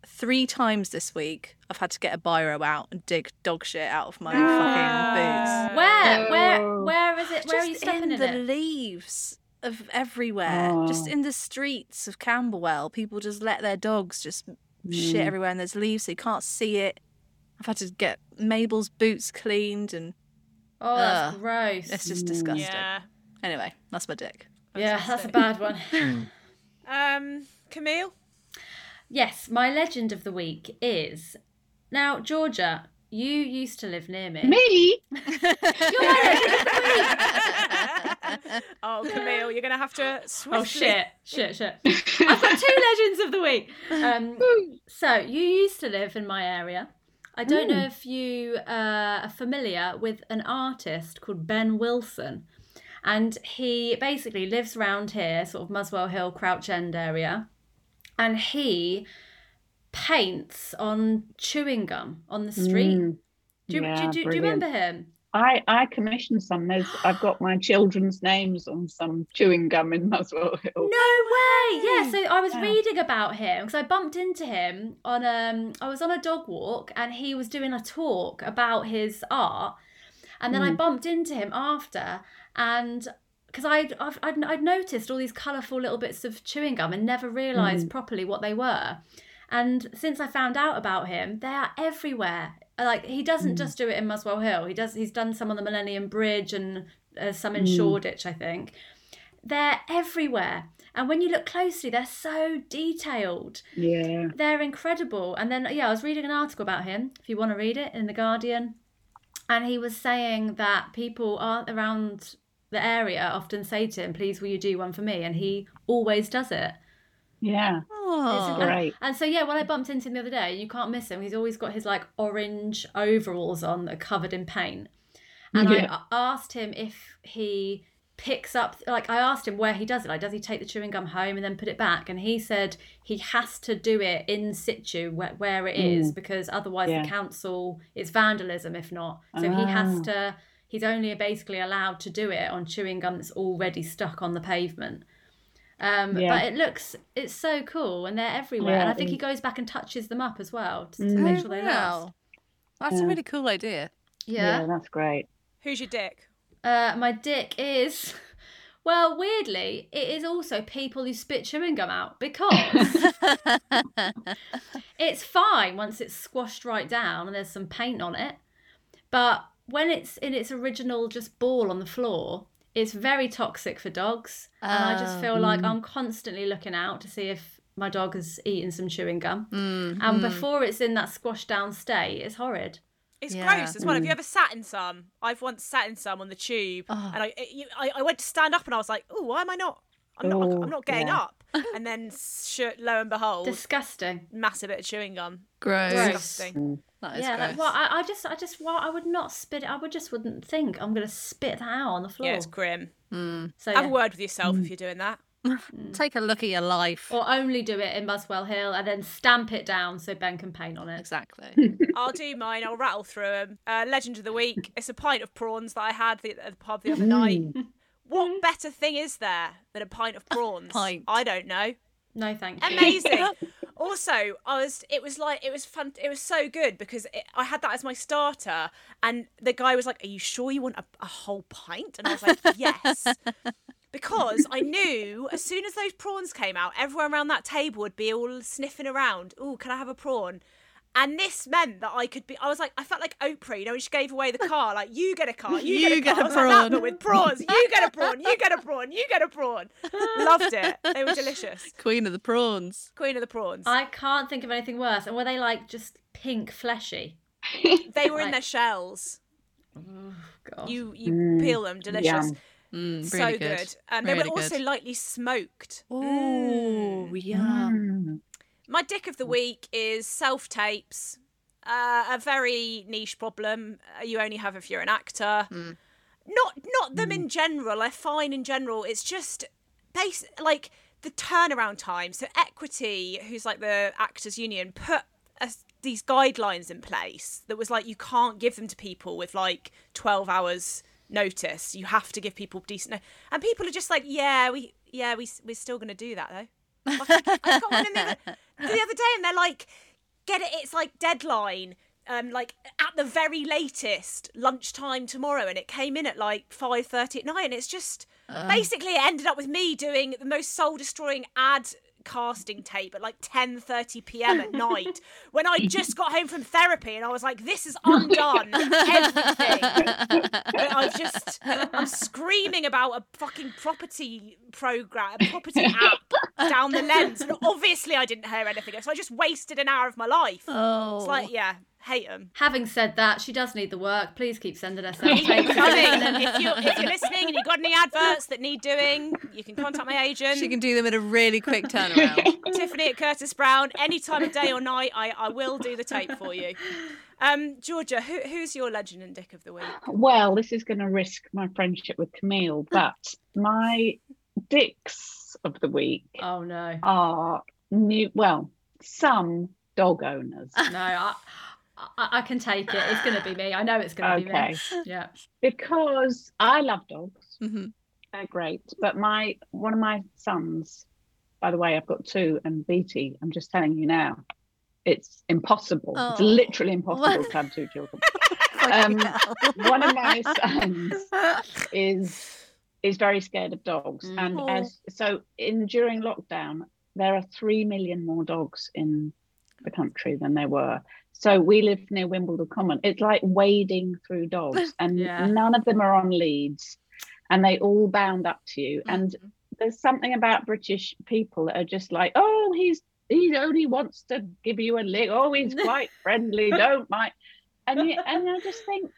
B: three times this week. I've had to get a biro out and dig dog shit out of my fucking boots.
C: Where, where,
D: Oh.
C: Ah. where is it? Where are you
B: Just
C: stepping in,
B: in, the
C: it? Ah.
B: leaves of everywhere, just
D: Oh.
B: in the streets of Camberwell, people just let their dogs just shit
D: Mm.
B: everywhere, and there's leaves, so you can't see it. I've had to get Mabel's boots cleaned, and
C: Oh, that's
B: Ugh.
C: gross.
B: it's just disgusting.
A: Yeah.
B: Anyway, that's my dick.
C: yeah, that's a bad one.
A: Um, Camille.
C: yes, my legend of the week is now Georgia. You used to live near me.
D: Me?
A: Oh, Camille, you're gonna have to swiftly.
C: Oh shit, shit, shit. I've got two legends of the week. Um, so you used to live in my area. I don't
D: Hmm.
C: know if you uh, are familiar with an artist called Ben Wilson, and he basically lives around here, sort of Muswell Hill, Crouch End area, and he paints on chewing gum on the street.
D: Mm.
C: Do, you, do you-
D: Yeah,
C: do you- do you
D: brilliant.
C: remember him?
D: I, I commissioned some. There's, I've got my children's names on some chewing gum in Muswell Hill.
C: No way! Yeah, so I was
D: Wow.
C: reading about him because I bumped into him on um I was on a dog walk and he was doing a talk about his art, and then I bumped into him after and because I'd, I've- I'd I'd noticed all these colourful little bits of chewing gum and never realised properly what they were, and since I found out about him, they are everywhere. Like he doesn't just do it in Muswell Hill. He does. He's done some on the Millennium Bridge and uh, some in Shoreditch, I think they're everywhere. And when you look closely, they're so detailed.
D: Yeah.
C: They're incredible. And then, yeah, I was reading an article about him, if you want to read it, in The Guardian. And he was saying that people are around the area often say to him, please, will you do one for me? And he always does it.
D: Yeah.
B: Oh,
C: And-
D: Great.
C: And, so, yeah, when I bumped into him the other day, you can't miss him. He's always got his like orange overalls on that are covered in paint. And
D: Yeah.
C: I asked him if he picks up, like, I asked him where he does it. Like, does he take the chewing gum home and then put it back? And he said he has to do it in situ where, where it is because otherwise
D: Mm. Yeah.
C: the council, it's vandalism if not. So he has
D: Ah.
C: to, he's only basically allowed to do it on chewing gum that's already stuck on the pavement. Um,
D: Yeah.
C: But it looks, it's so cool, and they're everywhere. and
D: Yeah, Mm.
C: I think
D: it
C: he
D: is.
C: goes back and touches them up as well just to make sure
B: Oh,
C: they last.
B: That's a
D: Yeah.
B: really cool idea.
D: Yeah.
C: Yeah.
D: that's great.
A: Who's your dick?
C: Uh, my dick is, well, weirdly, it is also people who spit chewing gum out because it's fine once it's squashed right down and there's some paint on it. But when it's in its original just ball on the floor, it's very toxic for dogs. and I just
B: Oh.
C: feel like I'm constantly looking out to see if my dog has eaten some chewing gum.
B: Mm,
C: And
B: Mm-hmm.
C: before it's in that squashed down state, it's horrid.
A: It's
B: Yeah. Mm.
A: gross as well. Have you ever sat in some? I've once sat in some on the tube,
B: Oh.
A: and I, it- you- I I went to stand up, and I was like, "Oh, why am I not? I'm not.
D: Oh,
A: I'm not getting
D: yeah.
A: up." And then, sh- lo and behold,
C: Disgusting.
A: massive bit of chewing gum.
B: Gross.
A: Disgusting.
B: That is
C: Yeah,
B: gross.
C: like what I, I just, I just, what I would not spit it. I would just wouldn't think I'm gonna spit that out on the floor.
A: Yeah,
B: Oh.
A: it's grim.
C: so
A: Have a
C: yeah.
A: word with yourself if you're doing that.
B: Mm. Take a look at your life.
C: or only do it in Muswell Hill and then stamp it down so Ben can paint on it.
B: Exactly.
A: I'll do mine. I'll
B: Mm.
A: rattle through them. Uh, Legend of the week. It's a pint of prawns that I had the, at the pub the other night. What better thing is there than a pint of prawns?
B: Pint.
A: I don't know.
C: No, thank you.
A: Amazing. also, I was. It was like it was fun. It was so good because it, I had that as my starter, and the guy was like, "Are you sure you want a, a whole pint?" And I was like, "Yes." Because I knew as soon as those prawns came out, everyone around that table would be all sniffing around. Ooh, can I have a prawn? And this meant that I could be. I was like, I felt like Oprah, you know, when she gave away the car. Like, you get a car, you,
B: You
A: get a car.
B: get a
A: I was like that,
B: prawn.
A: but with prawns. You get a prawn, you get a prawn, you get a prawn. Loved it. They were delicious.
B: Queen of the prawns.
A: Queen of the prawns.
C: I can't think of anything worse. And were they like just pink fleshy?
A: they were in
C: Right.
A: their shells.
C: God.
A: You you peel them, delicious,
D: yum.
B: Mm, Oh. really
A: so good.
B: good.
A: And they
B: Really
A: were also
B: good.
A: lightly smoked.
B: Oh, yeah.
D: Mm.
A: My dick of the week is self tapes. Uh, a very niche problem. uh, You only have if you're an actor. Not not them in general. They're fine in general. It's just base like the turnaround time. So Equity, who's like the actors union, put us these guidelines in place that was like you can't give them to people with like 12 hours notice. You have to give people decent. No- and people are just like, yeah, we yeah we s- we're still going to do that though. Like, I, I got one in the other, the other day, and they're like, "Get it? It's like deadline." Um, like at the very latest lunchtime tomorrow, and it came in at like five thirty at night, and it's just basically it ended up with me doing the most soul destroying ad casting tape at like ten thirty p.m. at night when I just got home from therapy, and I was like, "This is undone everything." And I've just I'm screaming about a fucking property program, a property app down the lens, and obviously I didn't hear anything, so I just wasted an hour of my life.
B: Oh,
A: It's like, yeah, hate them.
C: Having said that, she does need the work. Please keep sending us that.
A: if, you're, if you're listening and you've got any adverts that need doing, you can contact my agent,
B: she can do them in a really quick turnaround.
A: Tiffany at Curtis Brown. Any time of day or night, I, I will do the tape for you. Um, Georgia, who, who's your legend and dick of the week?
D: Well, this is going to risk my friendship with Camille, but my dicks of the week
C: oh no,
D: are new. Well, some dog owners.
C: no, I, I, I can take it. It's gonna be me. I know it's gonna
D: Okay,
C: be me. Yeah.
D: because I love dogs.
B: Mhm.
D: They're great. But my one of my sons, by the way, I've got two and BT, I'm just telling you now, it's impossible. It's
B: Oh.
D: literally impossible
B: What?
D: to have two children. Um, one of my sons is is very scared of dogs.
C: Mm.
D: And
B: Oh.
D: as so in during lockdown, there are three million more dogs in the country than there were. So we live near Wimbledon Common. It's like wading through dogs, and
C: Yeah.
D: none of them are on leads, and they all bound up to you.
C: Mm.
D: And
B: Mhm.
D: there's something about British people that are just like, oh, he's he only wants to give you a lick. Oh, he's quite friendly. Don't mind. And you, and I just think,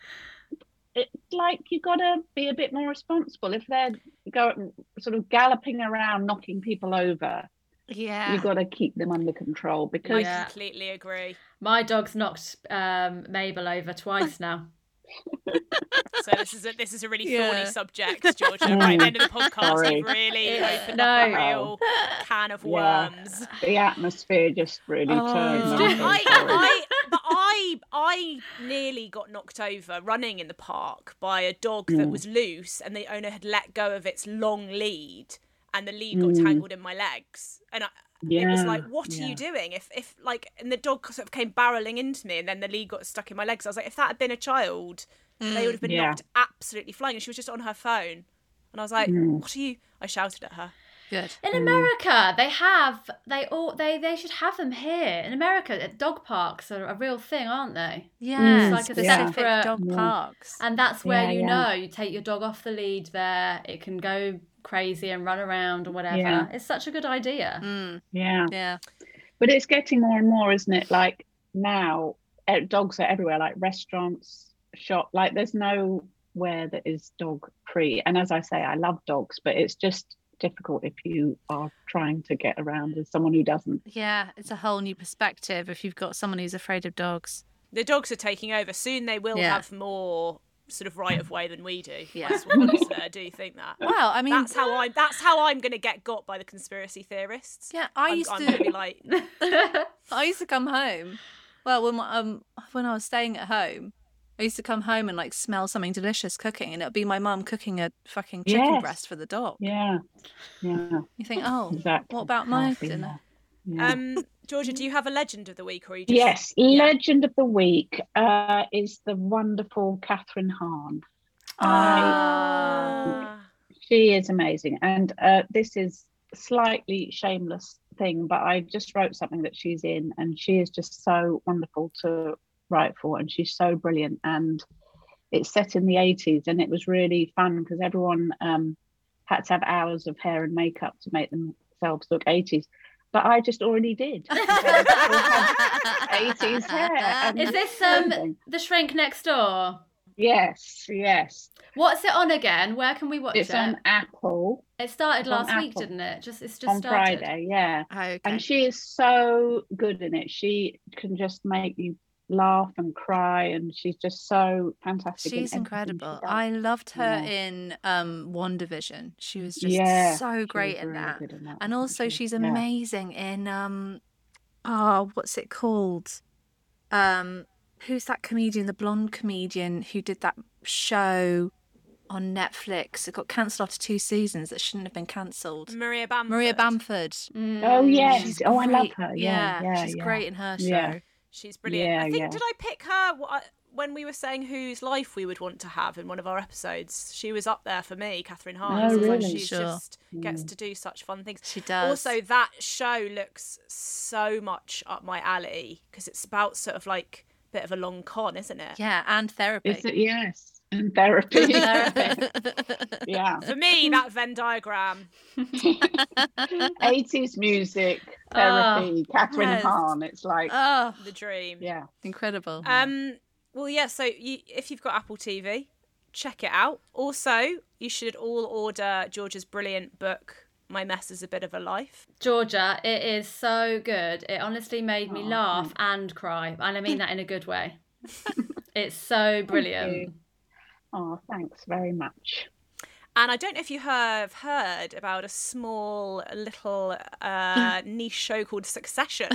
D: it, like you gotta be a bit more responsible. If they're go sort of galloping around, knocking people over,
B: yeah.
D: you gotta keep them under control because
A: I
C: Yeah.
A: completely agree.
C: My dog's knocked um, Mabel over twice now.
A: So this is a this is a really
B: Yeah.
A: thorny subject, Georgia. Right,
D: Mm.
A: end of the podcast,
D: Sorry.
A: you've really
C: Yeah.
A: opened up a
C: No.
A: real can of
D: Yeah.
A: worms.
D: the atmosphere just really
B: Oh.
D: turned.
B: It's
D: on
B: just-
D: me,
A: I,
D: sorry.
A: I, but I, I nearly got knocked over running in the park by a dog that
D: Mm.
A: was loose, and the owner had let go of its long lead, and the lead got
D: Mm.
A: tangled in my legs, and I, it was like, "What are you doing?" If, if like, and the dog sort of came barreling into me, and then the lead got stuck in my legs. I was like, if that had been a child,
B: Mm,
A: they would have been
D: Yeah.
A: knocked absolutely flying, and she was just on her phone, and I was like,
D: Mm.
A: "What are you?" I shouted at her.
B: Good.
C: In America, they have they all they they should have them here. In America, uh, dog parks are a real thing, aren't they?
B: Yeah.
C: like a
B: specific
C: separate-
B: dog
D: Yeah.
B: parks.
C: And that's where
D: Yeah,
C: you
D: yeah.
C: know you take your dog off the lead there. It can go crazy and run around or whatever.
D: Yeah.
C: It's such a good idea.
B: Mm,
D: Yeah,
B: yeah.
D: but it's getting more and more, isn't it? Like now, eh, dogs are everywhere, like restaurants, shop. Like there's nowhere that is dog free. And as I say, I love dogs, but it's just difficult if you are trying to get around with someone who doesn't.
B: Yeah. It's a whole new perspective if you've got someone who's afraid of dogs.
A: the dogs are taking over soon they will
B: Yeah.
A: have more sort of right of way than we do
B: Yeah.
A: that's what is there. I do think that
B: Well, I mean,
A: that's how i'm that's how i'm gonna get got by the conspiracy theorists
B: yeah, I
A: I'm-
B: used
A: I'm,
B: to
A: gonna be like
B: I used to come home. Well, when my, um when I was staying at home, I used to come home and like smell something delicious cooking, and it'd be my mum cooking a fucking chicken
D: Yes.
B: breast for the dog.
D: Yeah. Yeah.
B: You think, oh,
D: Exactly.
B: what about my
D: Healthy
B: dinner?
D: meal. Yeah.
A: Um, Georgia, do you have a legend of the week, or are you just
D: Yes,
A: Yeah.
D: legend of the week uh, is the wonderful Catherine Hahn. I,
A: Ah.
D: she is amazing, and uh, this is slightly shameless thing, but I just wrote something that she's in, and she is just so wonderful to write for, and she's so brilliant, and it's set in the 80s, and it was really fun because everyone um, had to have hours of hair and makeup to make themselves look 80s, but I just already did. So
A: "Ah."
D: I had 80s hair. and
C: Is this um
D: clothing.
C: the shrink next door?
D: Yes, yes.
C: What's it on again? Where can we watch
D: It's
C: it?
D: on Apple
C: it started
D: it's on
C: last week,
D: Apple.
C: didn't it? Just it's just
D: on
C: started.
D: Friday, yeah.
B: Oh, Okay.
D: And she is so good in it. She can just make you laugh and cry, and she's just so fantastic. in
B: She's
D: everything
B: incredible.
D: she does.
B: I loved her
D: Yeah.
B: in um One Division. She was just
D: Yeah, she
B: so
D: was
B: great in
D: really
B: that.
D: good in that,
B: And
D: wasn't
B: also
D: she?
B: she's
D: Yeah.
B: amazing in um oh, what's it called? Um who's that comedian, the blonde comedian who did that show on Netflix? It got cancelled after two seasons that shouldn't have been cancelled.
A: Maria Bamford.
B: Maria Bamford.
D: Oh
C: Mm.
D: yes.
B: She's
D: oh, I love
B: great.
D: her. Yeah, yeah,
B: she's
D: yeah.
B: great in her show.
D: Yeah.
A: She's brilliant. I
D: Yeah,
A: think
D: yeah.
A: did I pick her wh- when we were saying whose life we would want to have in one of our episodes? She was up there for me, Catherine Hahn.
D: Oh,
A: It's like
D: really? Mm.
A: She
B: Sure.
A: just gets to do such fun things.
B: She does.
A: Also, that show looks so much up my alley because it's about sort of like a bit of a long con, isn't it?
B: yeah, and therapy.
D: Is it yes? And therapy. yeah.
A: For me, that Venn diagram.
D: 80s music, therapy, Catherine
B: Oh, yes.
D: Hahn. It's like,
B: oh,
A: The dream.
D: yeah.
B: incredible.
A: Um. Well, yeah. So you, if you've got Apple TV, check it out. Also, you should all order George's brilliant book, "My Mess Is a Bit of a Life."
C: Georgia, it is so good. It honestly made me laugh and cry, and I mean that in a good way. it's so brilliant.
D: Oh, thanks very much.
A: And I don't know if you have heard about a small little uh, niche show called Succession,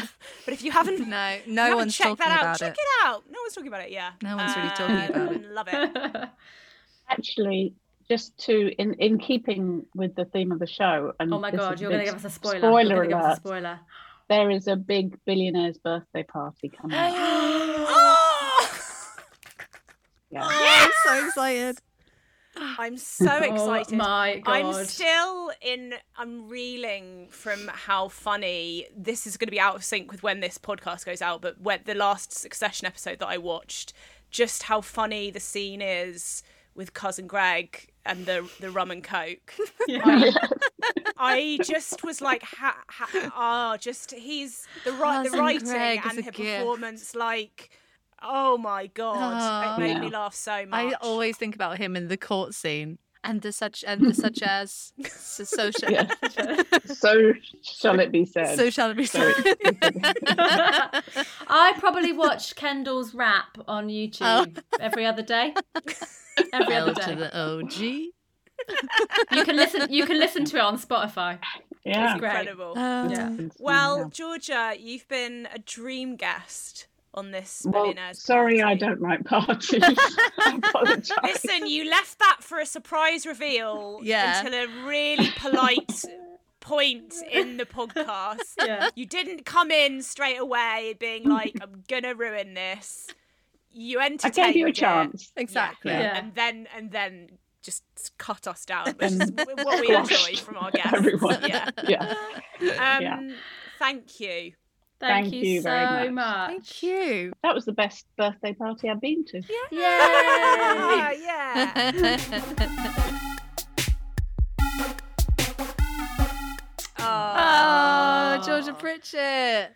A: but if you haven't,
B: no,
A: if you
B: no
A: haven't
B: one's
A: checked
B: talking
A: that out.
B: about
A: check
B: it.
A: it. out. No one's talking about it. Yeah. Um,
B: No one's really talking about it.
A: Love it.
C: Oh
D: Actually, just to in in keeping with the theme of the show, and
C: Oh my
D: this
C: god,
D: is
C: you're gonna
D: big
C: give us a spoiler.
D: Spoiler
C: you're gonna give us a
D: alert.
C: spoiler.
D: There is a big billionaire's birthday party coming up.
A: Oh!
D: Yeah.
B: I'm so excited.
A: I'm so excited.
C: Oh my god.
A: I'm still in. I'm reeling from how funny this is going to be out of sync with when this podcast goes out. But when the last Succession episode that I watched, just how funny the scene is with cousin Greg and the the rum and coke. I just was like, ha, ha, ah, just he's the right, the
B: Cousin
A: writing
B: Greg is
A: and
B: a
A: her
B: gift.
A: performance, like. Oh my god!
B: Aw.
A: it made
D: Yeah.
A: me laugh so much.
B: I always think about him in the court scene and the such and the such as so, so, shall,
D: Yeah. so shall it be said.
B: so shall it be
D: So-
B: said.
C: I probably watch Kendall's rap on YouTube every other day. Every
B: L
C: other
B: to
C: day.
B: the OG.
C: You can listen you can listen to it on Spotify.
D: yeah.
C: great.
A: incredible.
B: Uh,
A: Well,
D: Yeah.
A: Georgia, you've been a dream guest on this
D: well,
A: millionaires.
D: sorry, I
A: Party.
D: don't like parties. I apologise.
A: Listen, you left that for a surprise reveal
B: Yeah.
A: until a really polite point in the podcast.
C: Yeah.
A: You didn't come in straight away being like, "I'm gonna ruin this." You
D: I
A: entertained.
D: gave you a
A: it.
D: chance.
B: Exactly.
C: Yeah.
A: and then and then just cut us down, which is what we
D: squashed
A: enjoy from our guests.
D: everyone.
A: Yeah.
D: Yeah.
A: Um,
D: Yeah.
A: Thank you.
C: Thank,
D: Thank
C: you,
D: you
C: so
D: very
C: much.
B: Thank you.
D: That was the best birthday party I've been to.
C: Yay!
A: Ah, yeah. Oh,
B: Oh, Georgia Pritchett.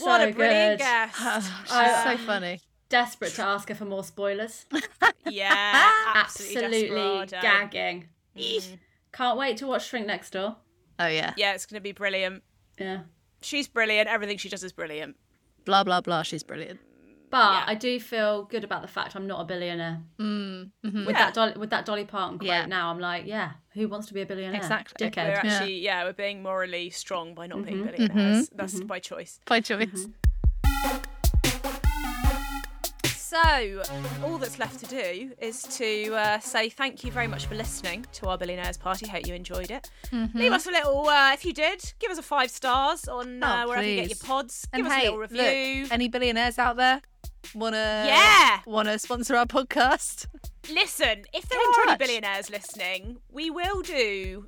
A: What
C: So
A: a brilliant
C: good.
A: guest.
B: Oh, she's
C: I-
B: so funny.
C: Desperate to ask her for more spoilers.
A: Yeah, absolutely,
C: Absolutely
A: desperado.
C: gagging.
A: Mm.
C: Can't wait to watch Shrink Next Door.
B: Oh yeah.
A: Yeah, it's going to be brilliant.
C: Yeah.
A: She's brilliant. Everything she does is brilliant.
B: Blah blah blah. She's brilliant.
C: But
A: Yeah.
C: I do feel good about the fact I'm not a billionaire.
B: Mm, mhm.
C: With
A: Yeah.
C: that Dolly, with that Dolly Parton quote
B: Yeah.
C: now, I'm like, yeah, who wants to be a billionaire?
B: Exactly.
A: We're
B: Yeah.
C: Dickhead.
A: actually, yeah. we're being morally strong by not
B: Mm-hmm,
A: being Mm-hmm. billionaires. That's by choice.
B: By choice.
A: So, all that's left to do is to uh, say thank you very much for listening to our billionaires party. Hope you enjoyed it.
B: Mm-hmm.
A: Leave us a little. Uh, if you did, give us a five stars on uh,
B: Oh,
A: wherever you get
B: please.
A: your pods.
B: And
A: give us a
B: hey,
A: little review.
B: look, any billionaires out there wanna
A: Yeah.
B: wanna sponsor our podcast?
A: Listen, if there
B: Get in
A: are any
B: touch.
A: billionaires listening, we will do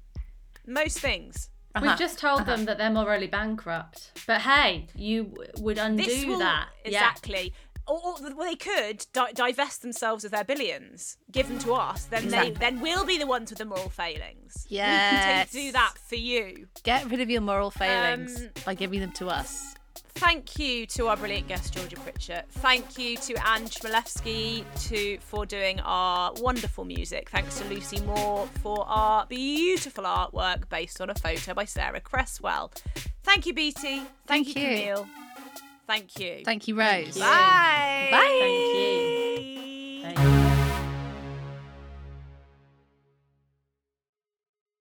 A: most things.
B: Uh-huh.
C: We've just told them that they're morally bankrupt. But hey, you w- would undo
A: This will
C: that. Yeah.
A: exactly. Or, or th- well, they could di- divest themselves of their billions, give them to us. Then they then we'll be the ones with the moral failings.
B: Yes.
A: we can take, do that for you.
B: Get rid of your moral failings
A: Um,
B: by giving them to us.
A: Thank you to our brilliant guest Georgia Pritchett. Thank you to Anne Chmielewski to for doing our wonderful music. Thanks to Lucy Moore for our beautiful artwork based on a photo by Sarah Cresswell. Thank you, Beatty. Thank,
B: Thank
A: you,
B: you.
A: Camille. Thank you.
B: Thank you, Rose.
C: you.
A: Bye.
B: Bye.
C: Thank you.